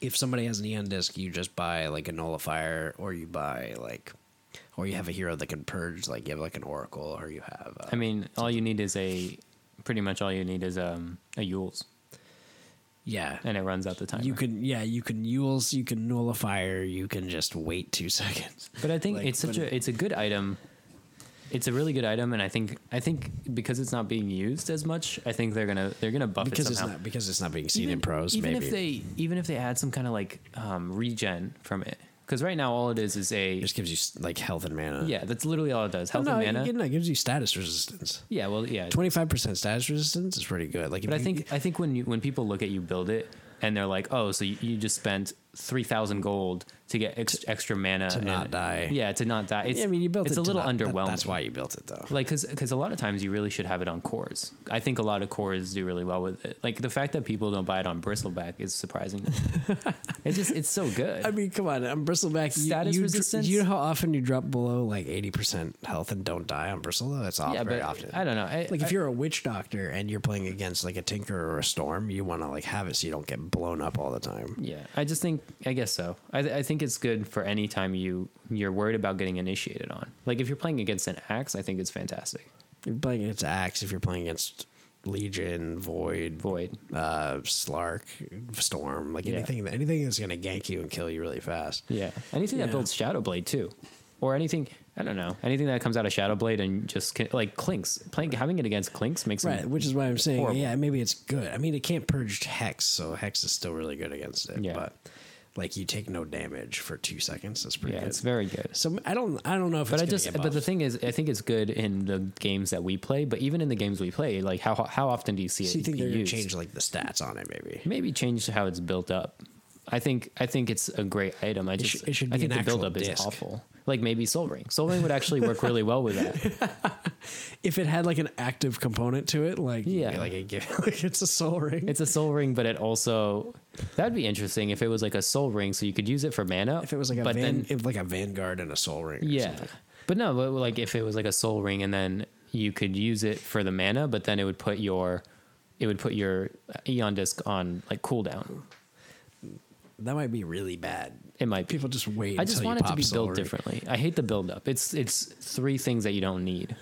if somebody has an Eon disc, you just buy like a nullifier or you buy like or you have a hero that can purge, like you have like an oracle or you have uh,
I mean, all you need is a pretty much all you need is um a Yules,
yeah.
and it runs out the timer.
You can yeah, you can Yules, you can nullifier, you can just wait two seconds.
But I think
Like,
it's such
when-
a it's a good item. It's a really good item, and I think I think because it's not being used as much, I think they're gonna they're gonna buff
Because
it
it's
somehow.
not because it's not being seen in pros,
even
maybe
if they even if they add some kind of like um, regen from it, because right now all it is is a
it just gives you like health and mana.
yeah. That's literally all it does. Health
no,
and mana.
It, no, it gives you status resistance.
yeah, well, yeah.
Twenty five percent status resistance is pretty good. Like, if
But I
you-
think I think when you, when people look at you build it and they're like, oh, so you, you just spent three thousand gold to get ex- extra mana
to
and-
not die.
Yeah, to not die. It's,
I mean, you built
it's
it
a
to
little
not- that-
underwhelming.
That's why you built it though.
Like, cause, 'cause a lot of times you really should have it on cores. I think a lot of cores do really well with it. Like the fact that people don't buy it on bristleback is surprising. it's just it's so good.
I mean, come on, I'm bristleback. You-
Status
you, dr-
resistance?
You know how often you drop below like eighty percent health and don't die on bristle? Though? That's off
yeah,
very
but
often.
I don't know. I,
like if
I-
you're a witch doctor and you're playing against like a tinker or a storm, you want to like have it so you don't get blown up all the time.
yeah, I just think I guess so. I, th- I think it's good for any time you you're worried about getting initiated on. Like if you're playing against an axe, I think it's fantastic.
If you're playing against axe, if you're playing against legion, void,
Void.
uh, slark, storm, like
Yeah.
anything anything that's gonna gank you and kill you really fast.
Yeah. Anything that
Yeah.
builds Shadowblade too. Or anything, I don't know, anything that comes out of Shadowblade and just ca- like Clinks. Playing having it against Clinks makes
Right,
him-
which is why I'm saying,
horrible.
yeah, maybe it's good. I mean, it can't purge hex, so hex is still really good against it.
Yeah.
But like, you take no damage for two seconds. That's pretty
yeah,
good.
it's very good.
so I don't, I don't know if.
But
it's
I
gonna
just
get
but the
buffed.
thing is, I think it's good in the games that we play. But even in the games we play, like how how often do you see it?
so you think
be
they're gonna
used?
change like the stats on it? Maybe
Maybe change how it's built up. I think I think it's a great item. I just
should- it should
I
be
think
an
the
actual
build up is
disc.
awful. Like maybe Soul Ring. Soul Ring would actually work really well with that.
if it had like an active component to it, like
Yeah.
Maybe, like it give,
like it's a soul ring.
It's a soul ring, but it also that'd be interesting if it was like a soul ring, so you could use it for mana.
if it was like a
but
van,
then
if like a vanguard and a soul ring. Or
yeah,
something.
but no, but like if it was like a soul ring, and then you could use it for the mana, but then it would put your it would put your Eon disc on like cooldown.
that might be really bad.
It might be.
People just wait.
I just
until
want
you
it to
pop
be built
Soul Ring.
differently. I hate the build up. It's it's three things that you don't need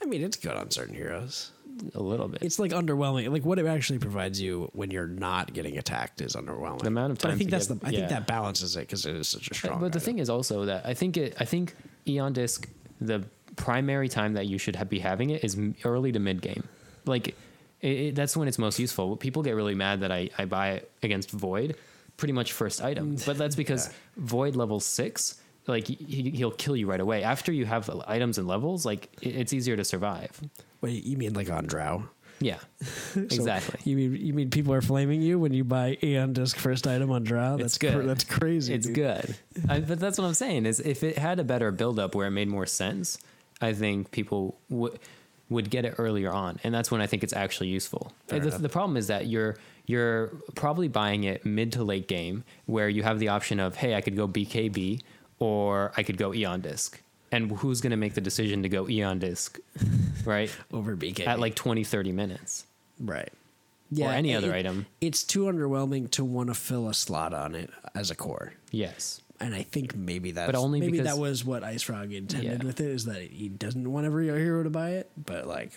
I mean, it's good on certain heroes.
a little bit.
It's like underwhelming. Like what it actually provides you when you're not getting attacked is underwhelming.
The amount of
but I
time
think
to
that's
get-
the. I
yeah.
think that balances it because it is such a
Uh,
strong.
But the
item.
thing is also that I think it, I think Eon Disc the primary time that you should ha- be having it is m- early to mid game, like it, it, that's when it's most useful. People get really mad that I I buy it against Void, pretty much first item, but that's because Void level six. Like he, he'll kill you right away. After you have items and levels, like it- it's easier to survive.
Wait, you mean like on Drow?
Yeah, exactly.
You mean you mean people are flaming you when you buy Aeon Disc first item on draw? That's
good.
cr- that's crazy.
it's
dude.
good. I, but that's what I'm saying is if it had a better build up where it made more sense, I think people would would get it earlier on, and that's when I think it's actually useful.
Fair
The,
enough.
the problem is that you're you're probably buying it mid to late game where you have the option of hey, I could go BKB or I could go Eon Disc, and who's going to make the decision to go Eon Disc, right?
Over BK.
At like 20, 30 minutes.
right.
Or any other
it-
item.
It's too underwhelming to want to fill a slot on it as a core.
Yes.
And I think maybe that's
But only
Maybe
because
that was what Ice Frog intended
Yeah.
with it is that he doesn't want every hero to buy it.
but like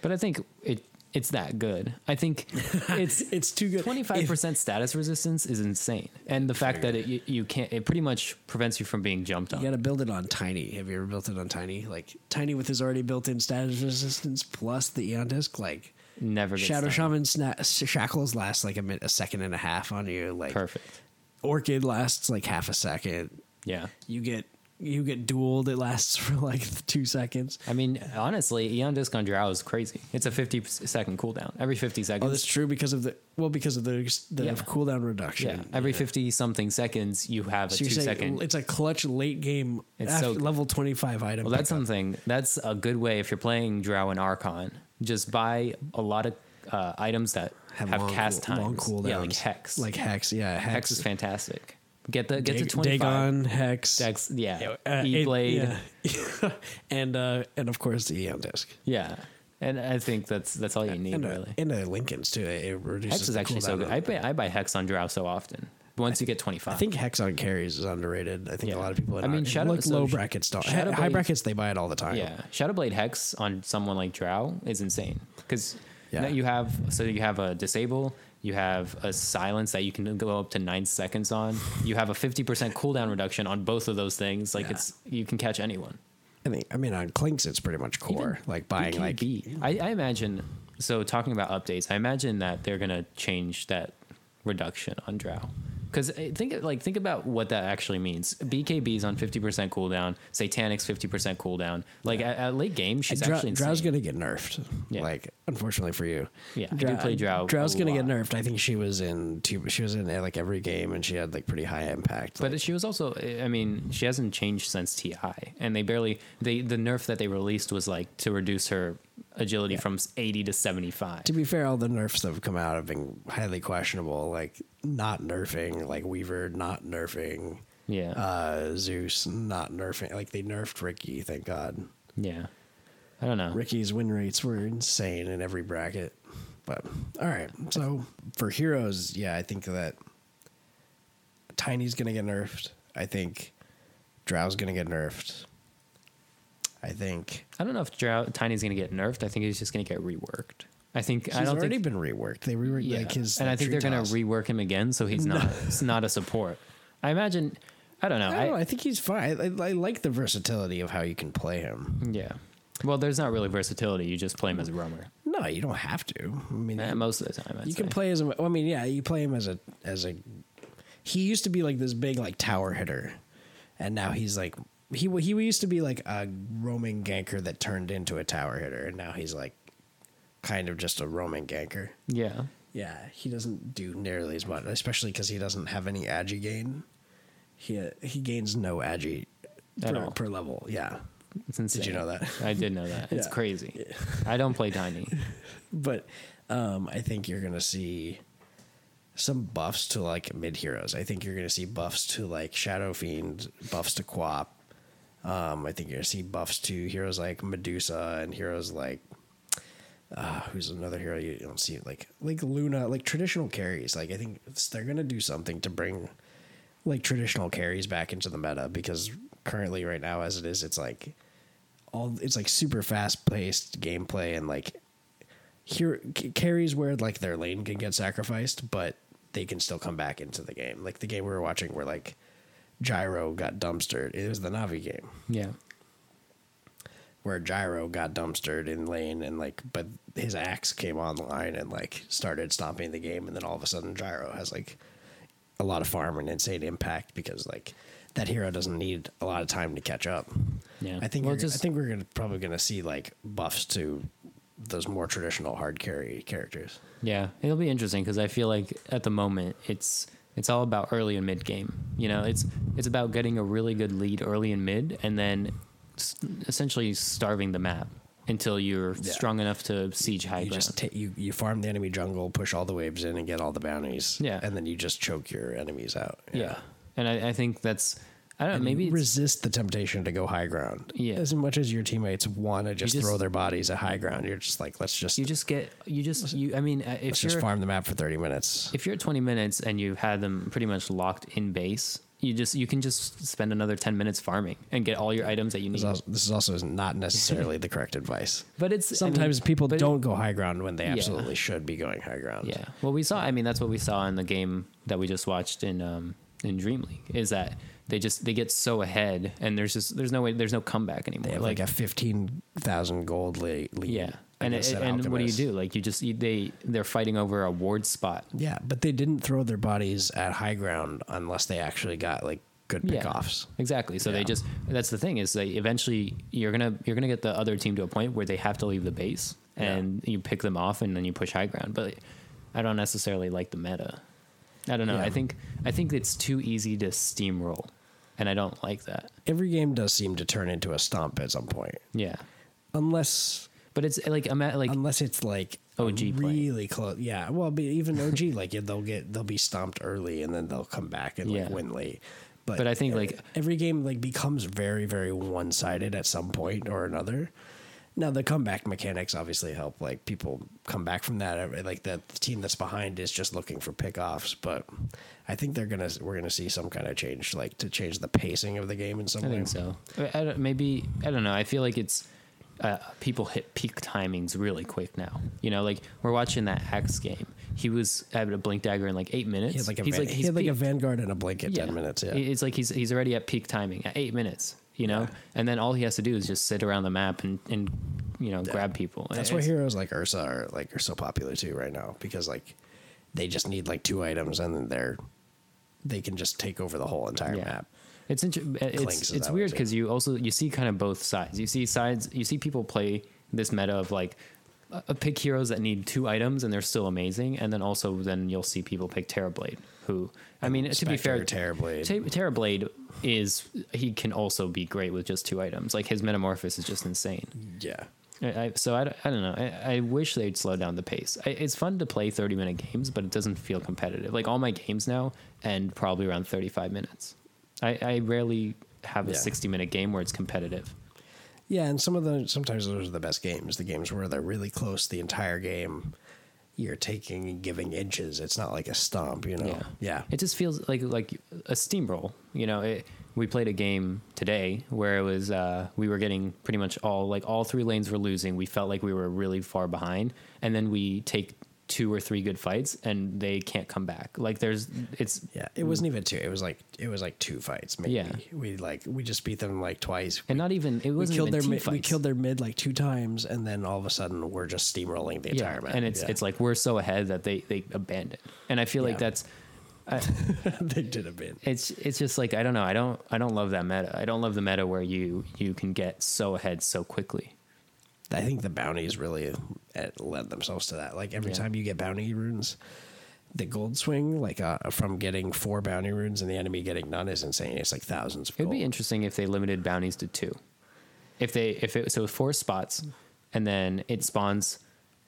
But I think it it's that good. I think it's
It's too good.
Twenty five percent status resistance is insane, and the fact that it you, you can't it pretty much prevents you from being jumped
you
on.
got to build it on Tiny. Have you ever built it on Tiny? Like
Tiny with his already built in status resistance.
plus the Eon disc like
Never gets
Shadow
done.
Shaman sna- shackles last like a, min- a second and a half on you. Like
Perfect.
Orchid lasts like half a second.
Yeah,
You get you get dueled. It lasts for like two seconds.
I mean honestly, Eon Disc on Drow is crazy. It's a fifty second cooldown every fifty
Oh,
seconds.
that's true because of the well because of the the
Yeah.
cooldown reduction.
yeah, every fifty something seconds you have a
So
two
you're
second.
saying it's a clutch late game
It's
after
so-
level 25 item.
Well, that's
pickup.
something. That's a good way if you're playing Drow and Archon just buy a lot of uh, items that have,
long
cast
cool-
times.
long
Yeah, like
cooldowns.
hex.
Like Hex, yeah,
hex is fantastic. Get the get
Dag-
the twenty five.
Dagon, Hex,
Dex, yeah,
uh,
E blade, yeah.
yeah.
and uh, and of course the Eon disc,
and I think that's that's all you need
and, uh,
really.
and uh, Lincoln's too. It, it reduces
Hex is
the
actually so
cooldown.
good. I buy I buy hex on Drow so often. Once you get twenty five,
I think Hex on carries is underrated. I think
Yeah.
a lot of people. Are
I mean,
not-
Shadow-
like
so
low
Sh-
brackets don't.
Shadow
high
Blade-
brackets they buy it all the time.
Yeah, Shadowblade Hex on someone like Drow is insane because
Yeah.
you have so you have a disable, you have a silence that you can go up to nine seconds on, you have a fifty percent cooldown reduction on both of those things. Like
Yeah.
it's you can catch anyone.
I think. I mean, on Clinks it's pretty much core. like buying like
BKB. I, I imagine. So talking about updates, I imagine that they're gonna change that reduction on Drow. Because think like think about what that actually means. BKB's on fifty percent cooldown. Satanic's fifty percent cooldown. Like at, at late game, she's
Drow,
actually insane.
Drow's gonna get nerfed.
Yeah.
Like unfortunately for you.
Yeah, I do play Drow.
Drow's
a
gonna get
lot.
nerfed. I think she was in two. She was in uh, like every game, and she had like pretty high impact.
But
like,
she was also, eh, I mean, she hasn't changed since TI, and they barely they the nerf that they released was like to reduce her agility from eighty to seventy five.
to be fair, all the nerfs that have come out have been highly questionable. Like not nerfing, like Weaver not nerfing,
Yeah,
uh, Zeus not nerfing. Like they nerfed Ricky. Thank God.
yeah. I don't know.
Ricky's win rates were insane in every bracket. But all right, so for heroes, yeah, I think that Tiny's gonna get nerfed. I think Drow's gonna get nerfed. I think
I don't know if Drow, Tiny's gonna get nerfed. I think he's just gonna get reworked. I think
he's
I don't
already
think
been reworked. They reworked
yeah.
like his,
and I
that
think
tree
they're gonna
toss.
rework him again, so he's not it's not a support. I imagine. I don't know.
I, don't know,
I-
I think he's fine. I, I, I like the versatility of how you can play him.
yeah. Well, there's not really versatility. You just play him as a roamer
No, you don't have to. I mean,
Eh, most of the time. I'd
you can
say.
play as a. well, I mean, yeah, you play him as a as a. He used to be like this big like tower hitter, and now he's like he wa- he used to be like a roaming ganker that turned into a tower hitter, and now he's like kind of just a roaming ganker.
Yeah.
Yeah, he doesn't do nearly as much, especially because he doesn't have any agi gain. He he gains no agi
At
per,
all.
per level. Yeah,
It's insane.
Did you know that?
I did know that. It's
Yeah.
crazy. I don't play Tiny.
but um, I think you're gonna see some buffs to like mid heroes. I think you're gonna see buffs to like Shadow Fiend, buffs to Quap. Um, I think you're gonna see buffs to heroes like Medusa and heroes like uh, who's another hero you don't see like like Luna, like traditional carries. Like I think it's- they're gonna do something to bring like traditional carries back into the meta because currently right now as it is it's like all it's like super fast paced gameplay and like here c- carries where like their lane can get sacrificed, but they can still come back into the game. Like the game we were watching where like Gyro got dumpstered. It was the Navi game
Yeah.
where Gyro got dumpstered in lane and like but his axe came online and like started stomping the game and then all of a sudden Gyro has like a lot of farm and insane impact because like that hero doesn't need a lot of time to catch up.
Yeah.
I think
Well,
we're
just-
I think we're gonna probably gonna see like buffs to those more traditional hard carry characters.
Yeah. It'll be interesting because I feel like at the moment it's it's all about early and mid game. You know, it's it's about getting a really good lead early and mid, and then s- essentially starving the map until you're strong enough to siege high
you
ground.
just ta- you you farm the enemy jungle, push all the waves in, and get all the bounties.
Yeah.
and then you just choke your enemies out.
yeah. And I, I think that's I don't know. Maybe it's-
resist the temptation to go high ground.
Yeah.
as much as your teammates want to just,
just-
throw their bodies at high ground, you're just like, let's just
you just get you just you. I mean, uh, if
let's
you're
just farm the map for thirty minutes.
if you're at 20 minutes and you've had them pretty much locked in base you just you can just spend another 10 minutes farming and get all your items that you
This
need
is, also, this is also not necessarily the correct advice.
but it's I mean,
Sometimes people
but it-
don't go high ground when they absolutely should be going high ground.
yeah well we saw i mean that's what we saw in the game that we just watched in um in dream league is that they just they get so ahead and there's just there's no way there's no comeback anymore
They have like, a fifteen thousand gold le- lead.
yeah and, it,
against that
and what do you
Alchemist.
do like you just you, they they're fighting over a ward spot
Yeah, but they didn't throw their bodies at high ground unless they actually got like good pickoffs.
Exactly. So they
Yeah.
just that's the thing is they eventually you're gonna you're gonna get the other team to a point where they have to leave the base
Yeah.
and you pick them off and then you push high ground. But I don't necessarily like the meta. I don't know.
Yeah.
I think I think it's too easy to steamroll, and I don't like that.
Every game does seem to turn into a stomp at some point,
Yeah.
unless
But But it's like I'm at like
unless it's like
OG plane.
really close. Yeah, well, but even OG like yeah, they'll get they'll be stomped early and then they'll come back and like
Yeah.
win late.
But I think,
every-
like-
every game like becomes very very one sided at some point or another. Now the comeback mechanics obviously help like people come back from that. Every- Like that the team that's behind is just looking for pickoffs, but I think they're gonna we're gonna see some kind of change like to change the pacing of the game in some
I
way.
think so. I- I don't- maybe I don't know. I feel like it's uh, people hit peak timings really quick now. You know, like we're watching that Axe game. He was at a blink dagger in like eight minutes.
He had like a
he's
van-
like
he
he's
had like a
peaked.
vanguard and a blanket
Yeah.
ten minutes. Yeah,
It- It's like he's he's already at peak timing at eight minutes. You know, and then all he has to do is just sit around the map and and you know grab people.
That's
It's-
why heroes like Ursa are like are so popular too right now because like they just need like two items and then they're they can just take over the whole entire
Yeah.
map.
It's inter-
Clinks
it's
is
it's
that
weird
one, too.
because you also you see kind of both sides. You see sides. You see people play this meta of like uh, uh, pick heroes that need two items and they're still amazing, and then also then you'll see people pick Terrorblade, who I mean to be fair,
Spectre, Terrorblade.
Ta- Terrorblade is he can also be great with just two items. Like his metamorphosis is just insane.
Yeah.
I, I, so I, d- I don't know. I, I wish they'd slow down the pace. I, it's fun to play thirty minute games, but it doesn't feel competitive. Like all my games now end probably around thirty five minutes. I, I rarely have a
Yeah.
sixty minute game where it's competitive.
Yeah, and some of the sometimes those are the best games. The games where they're really close the entire game. You're taking and giving inches. It's not like a stomp, you know. Oh, Yeah.
It just feels like like a steamroll. You know, it, we played a game today where it was uh, we were getting pretty much all like all three lanes were losing. We felt like we were really far behind, and then we take two or three good fights, and they can't come back. Like there's it's
yeah. It wasn't even two. It was like it was like two fights maybe.
Yeah.
We like we just beat them like twice.
and not even it
We
wasn't
killed
even
their
team
mid, we
fights.
killed their mid like two times and then all of a sudden we're just steamrolling the entire map.
and it's
Yeah.
it's like we're so ahead that they they abandon. And I feel like
Yeah.
that's
they did a bit.
it's it's just like I don't know. I don't I don't love that meta. I don't love the meta where you you can get so ahead so quickly.
I think the bounties really uh, led themselves to that. Like every
Yeah.
time you get bounty runes, the gold swing, like uh, from getting four bounty runes and the enemy getting none, is insane. It's like thousands of
It would
gold.
be interesting if they limited bounties to two. If they if it so four spots and then it spawns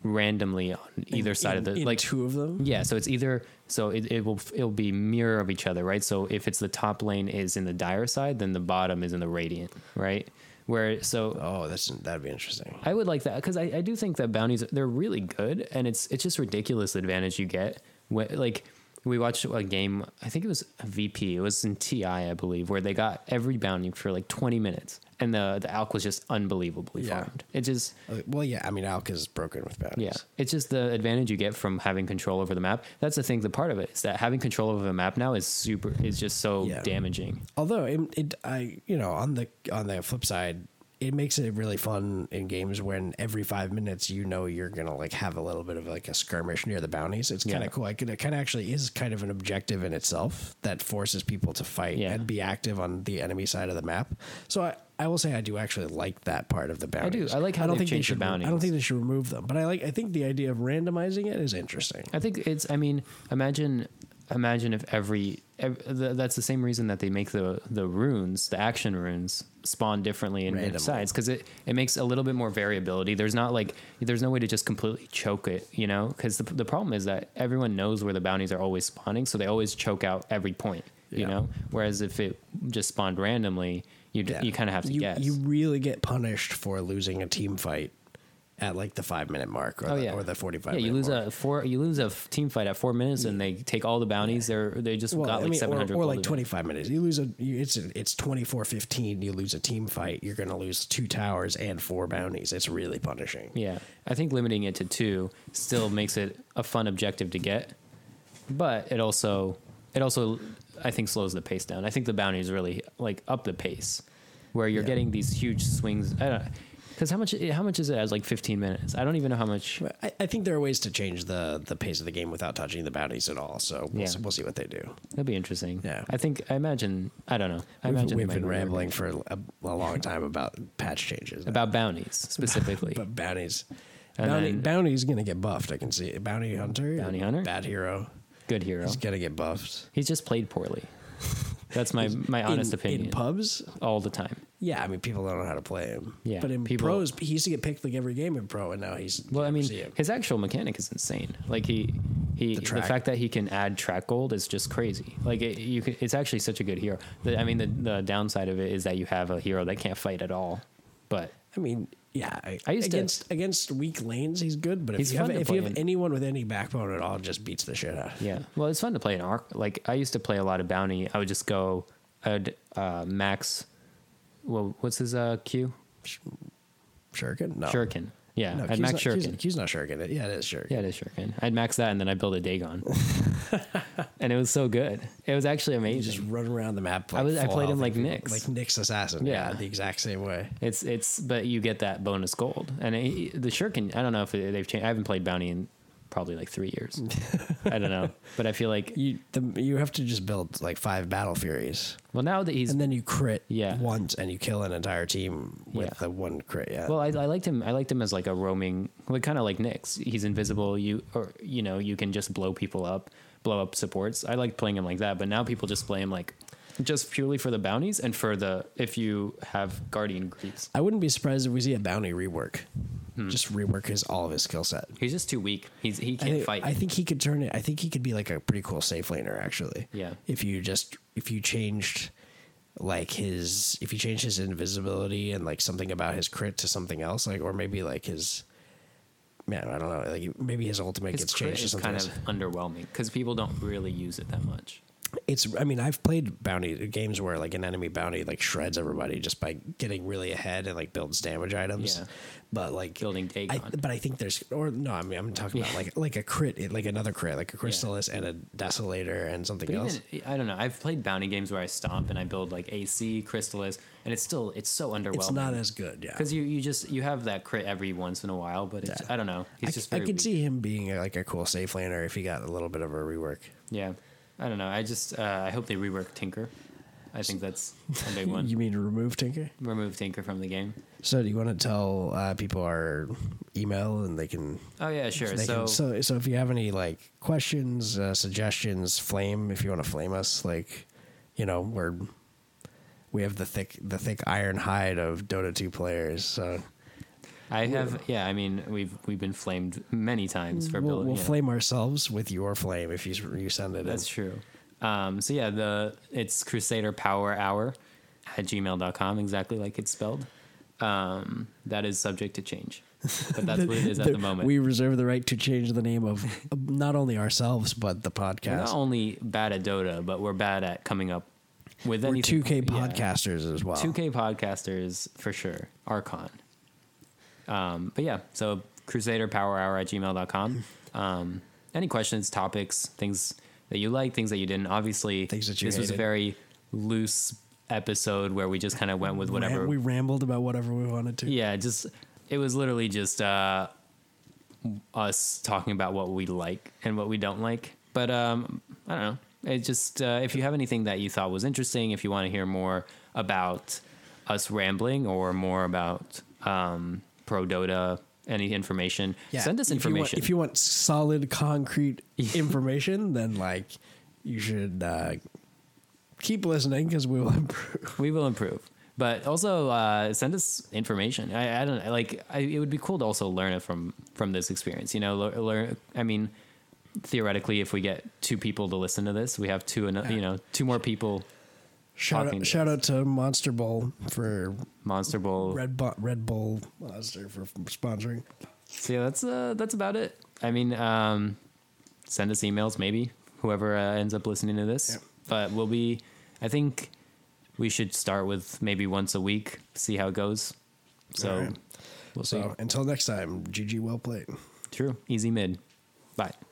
randomly on either side of
In-
the
in
like
two of them.
Yeah, so it's either so it, it will it'll be mirror of each other, right? So if it's the top lane is in the dire side, then the bottom is in the radiant, right? Where so
Oh, that's that'd be interesting.
I would like that because I, I do think that bounties they're really good and it's it's just ridiculous the advantage you get when, like we watched a game I think it was a VP it was in TI I believe where they got every bounty for like 20 minutes and the the alk was just unbelievably
Yeah.
farmed it just
Uh, Well, yeah, I mean, Alka is broken with bounties.
yeah it's just the advantage you get from having control over the map that's the thing the part of it is that having control over the map now is super is just so
Yeah.
damaging
although it, it I you know on the on the flip side it makes it really fun in games when every five minutes you know you're gonna like have a little bit of like a skirmish near the bounties it's kind of
Yeah.
cool like, it kind of actually is kind of an objective in itself that forces people to fight
Yeah.
and be active on the enemy side of the map so I, I will say I do actually like that part of the bounties
I like how they've
don't think they
changed the
should re- I don't
bounties.
think they should remove them but I like I think the idea of randomizing it is interesting
I think it's. I mean, imagine, imagine if every, ev th that's the same reason that they make the the runes, the action runes, spawn differently in
Randomly.
different sides because it it makes a little bit more variability. There's not like there's no way to just completely choke it, you know? Because the the problem is that everyone knows where the bounties are always spawning, so they always choke out every point,
Yeah.
you know. Whereas if it just spawned randomly, you
Yeah.
you kind of have to
you,
guess.
You really get punished for losing a team fight at like the five minute mark or,
Oh
the,
yeah,
or the 45
Yeah, you
minute
lose
mark.
a four. You lose a f- team fight at four minutes, and they take all the bounties. They're they just
well,
got
I
like
mean,
seven
or,
hundred
or like 25 minutes. You lose a, you, it's, it's 24 15. You lose a team fight. You're going to lose two towers and four bounties. It's really punishing.
Yeah, I think limiting it to two still makes it a fun objective to get, but it also it also I think slows the pace down. I think the bounties really like up the pace, where you're
Yeah.
getting these huge swings. I don't because how much how much is it as like 15 minutes? I don't even know how much.
But I, I think there are ways to change the, the pace of the game without touching the bounties at all. So we'll,
Yeah.
see, we'll see what they do.
That'd be interesting.
Yeah.
I think I imagine I don't know. I
We've,
imagine
we've
they
been
might-
rambling for a, a long time about patch changes.
about bounties specifically.
But bounties.
And
Bounty,
then-
Bounty's gonna get buffed. I can see it. Bounty Hunter.
Bounty Hunter?
Bad hero.
Good hero.
He's gonna get buffed.
He's just played poorly. That's my my honest
in,
opinion.
In pubs?
all the time.
Yeah, I mean, people don't know how to play him.
Yeah,
but in
people-
pros, he used to get picked like every game in pro, and now he's
Well, I mean,
see him.
his actual mechanic is insane. Like he, he,
The
the,
track.
fact that he can add track gold is just crazy. Like it, you, can, it's actually such a good hero. The, I mean, the, the downside of it is that you have a hero that can't fight at all. But
I mean, yeah, I,
I used to-
against against weak lanes, he's good. But if
He's
you have
fun to
if you
play
have
in.
anyone with any backbone at all, just beats the shit out.
yeah, well, it's fun to play an arc. Like I used to play a lot of bounty. I would just go, I'd uh, max. Well, what's his uh, Q?
Shuriken, no,
Shuriken. Yeah,
Oh. no,
I'd
Q's
max
not, Q's,
Shuriken.
Q's not Shuriken. Yeah, it is Shuriken.
Yeah, it is Shuriken. I'd max that and then I'd build a Dagon. and it was so good. It was actually
You
amazing.
just run around the map. Like,
was- I
full
played him
health,
like Nyx.
like Nick's assassin. Yeah.
Yeah.
the exact same way.
It's it's but you get that bonus gold and it, the shuriken. I don't know if it, they've changed. I haven't played bounty in probably like three years. I don't know, but I feel like
You the, you have to just build like five battle furies,
well now that he's
and then you crit
Yeah.
once, and you kill an entire team with
Yeah.
the one crit. Yeah,
well I, I liked him. I liked him as like a roaming like kind of like Nyx. He's invisible. You or you know you can just blow people up, blow up supports. I like playing him like that. But now people just play him like just purely for the bounties and for the if you have guardian creeps.
I wouldn't be surprised if we see a bounty rework.
Hmm.
Just rework his all of his skill set.
He's just too weak. He's he
I
can't
think,
fight.
I think he could turn it. I think he could be like a pretty cool safe laner actually.
Yeah.
If you just if you changed like his if you changed his invisibility and like something about his crit to something else like or maybe like his man I don't know like maybe his ultimate
his
gets
crit
changed to
is
something.
kind of
else.
underwhelming because people don't really use it that much.
It's I mean I've played bounty games where like an enemy bounty like shreds everybody just by getting really ahead and like builds damage items.
Yeah.
But like
Building
I,
Dagon.
but I think there's, or no, I mean, I'm talking about
Yeah.
like like a crit, like another crit, like a chrysalis and a desolator and something
But
else.
even, I don't know. I've played bounty games where I stomp and I build like AC, Crystallis, and it's still it's so underwhelming.
it's not as good, yeah.
because you you just you have that crit every once in a while, but it's,
Yeah.
I don't know.
I,
He's just
I
very
could
weak.
see him being uh, like a cool safe laner if he got a little bit of a rework.
Yeah, I don't know. I just uh, I hope they rework Tinker. I think that's a big one.
You mean remove Tinker?
Remove Tinker from the game.
So, do you want to tell uh, people our email and they can?
Oh yeah, sure.
they
So,
can so, so if you have any like questions, uh, suggestions, flame if you want to flame us, like you know we're we have the thick the thick iron hide of Dota two players. So
I have yeah. I mean we've we've been flamed many times for
Mm, we'll,
building.
we'll
yeah.
flame ourselves with your flame if you you send it.
That's
in.
true. Um, so yeah, the it's Crusader Power Hour at gmail.com, exactly like it's spelled. Um, that is subject to change. But that's what it is at the moment.
We
We
reserve the right to change
Change the name of not only ourselves but the
are
podcast.
not only bad at Dota, but we're bad at coming up with
We're
any
two K podcasters as well.
Two K podcasters for sure. Archon. Um, but yeah, so Crusader Power Hour at gmail.com. Um, any questions, topics, things that you like, things that you didn't. Obviously,
Things that you
this was a
hated.
very loose episode where we just kind of went with
Ram-
whatever.
we rambled about whatever we wanted to.
yeah, just it was literally just uh, us talking about what we like and what we don't like. But um, I don't know. It just uh, if you have anything that you thought was interesting, if you want to hear more about us rambling or more about um, Pro Dota, any information, send us
If you want-
information.
If you want, solid, concrete
Information, then
then like you should uh, keep listening because we will improve.
we will improve. But also uh, send us information. I, I don't like. I, it would be cool to also learn it from from this experience. You know, lear- learn. I mean, theoretically, if we get two people to listen to this, we have two. ano- You know, two more people.
Shout
Talking to
out, shout out to Monster Bowl for
Monster Bowl.
Red Bu- Red Bull Monster for sponsoring.
So yeah, that's uh, that's about it. I mean, um, send us emails, maybe whoever uh, ends up listening to this.
Yeah.
But we'll be. I think we should start with maybe once a week. See how it goes. So
All right.
we'll see.
So until next time, GG. Well played.
True. Easy mid. Bye.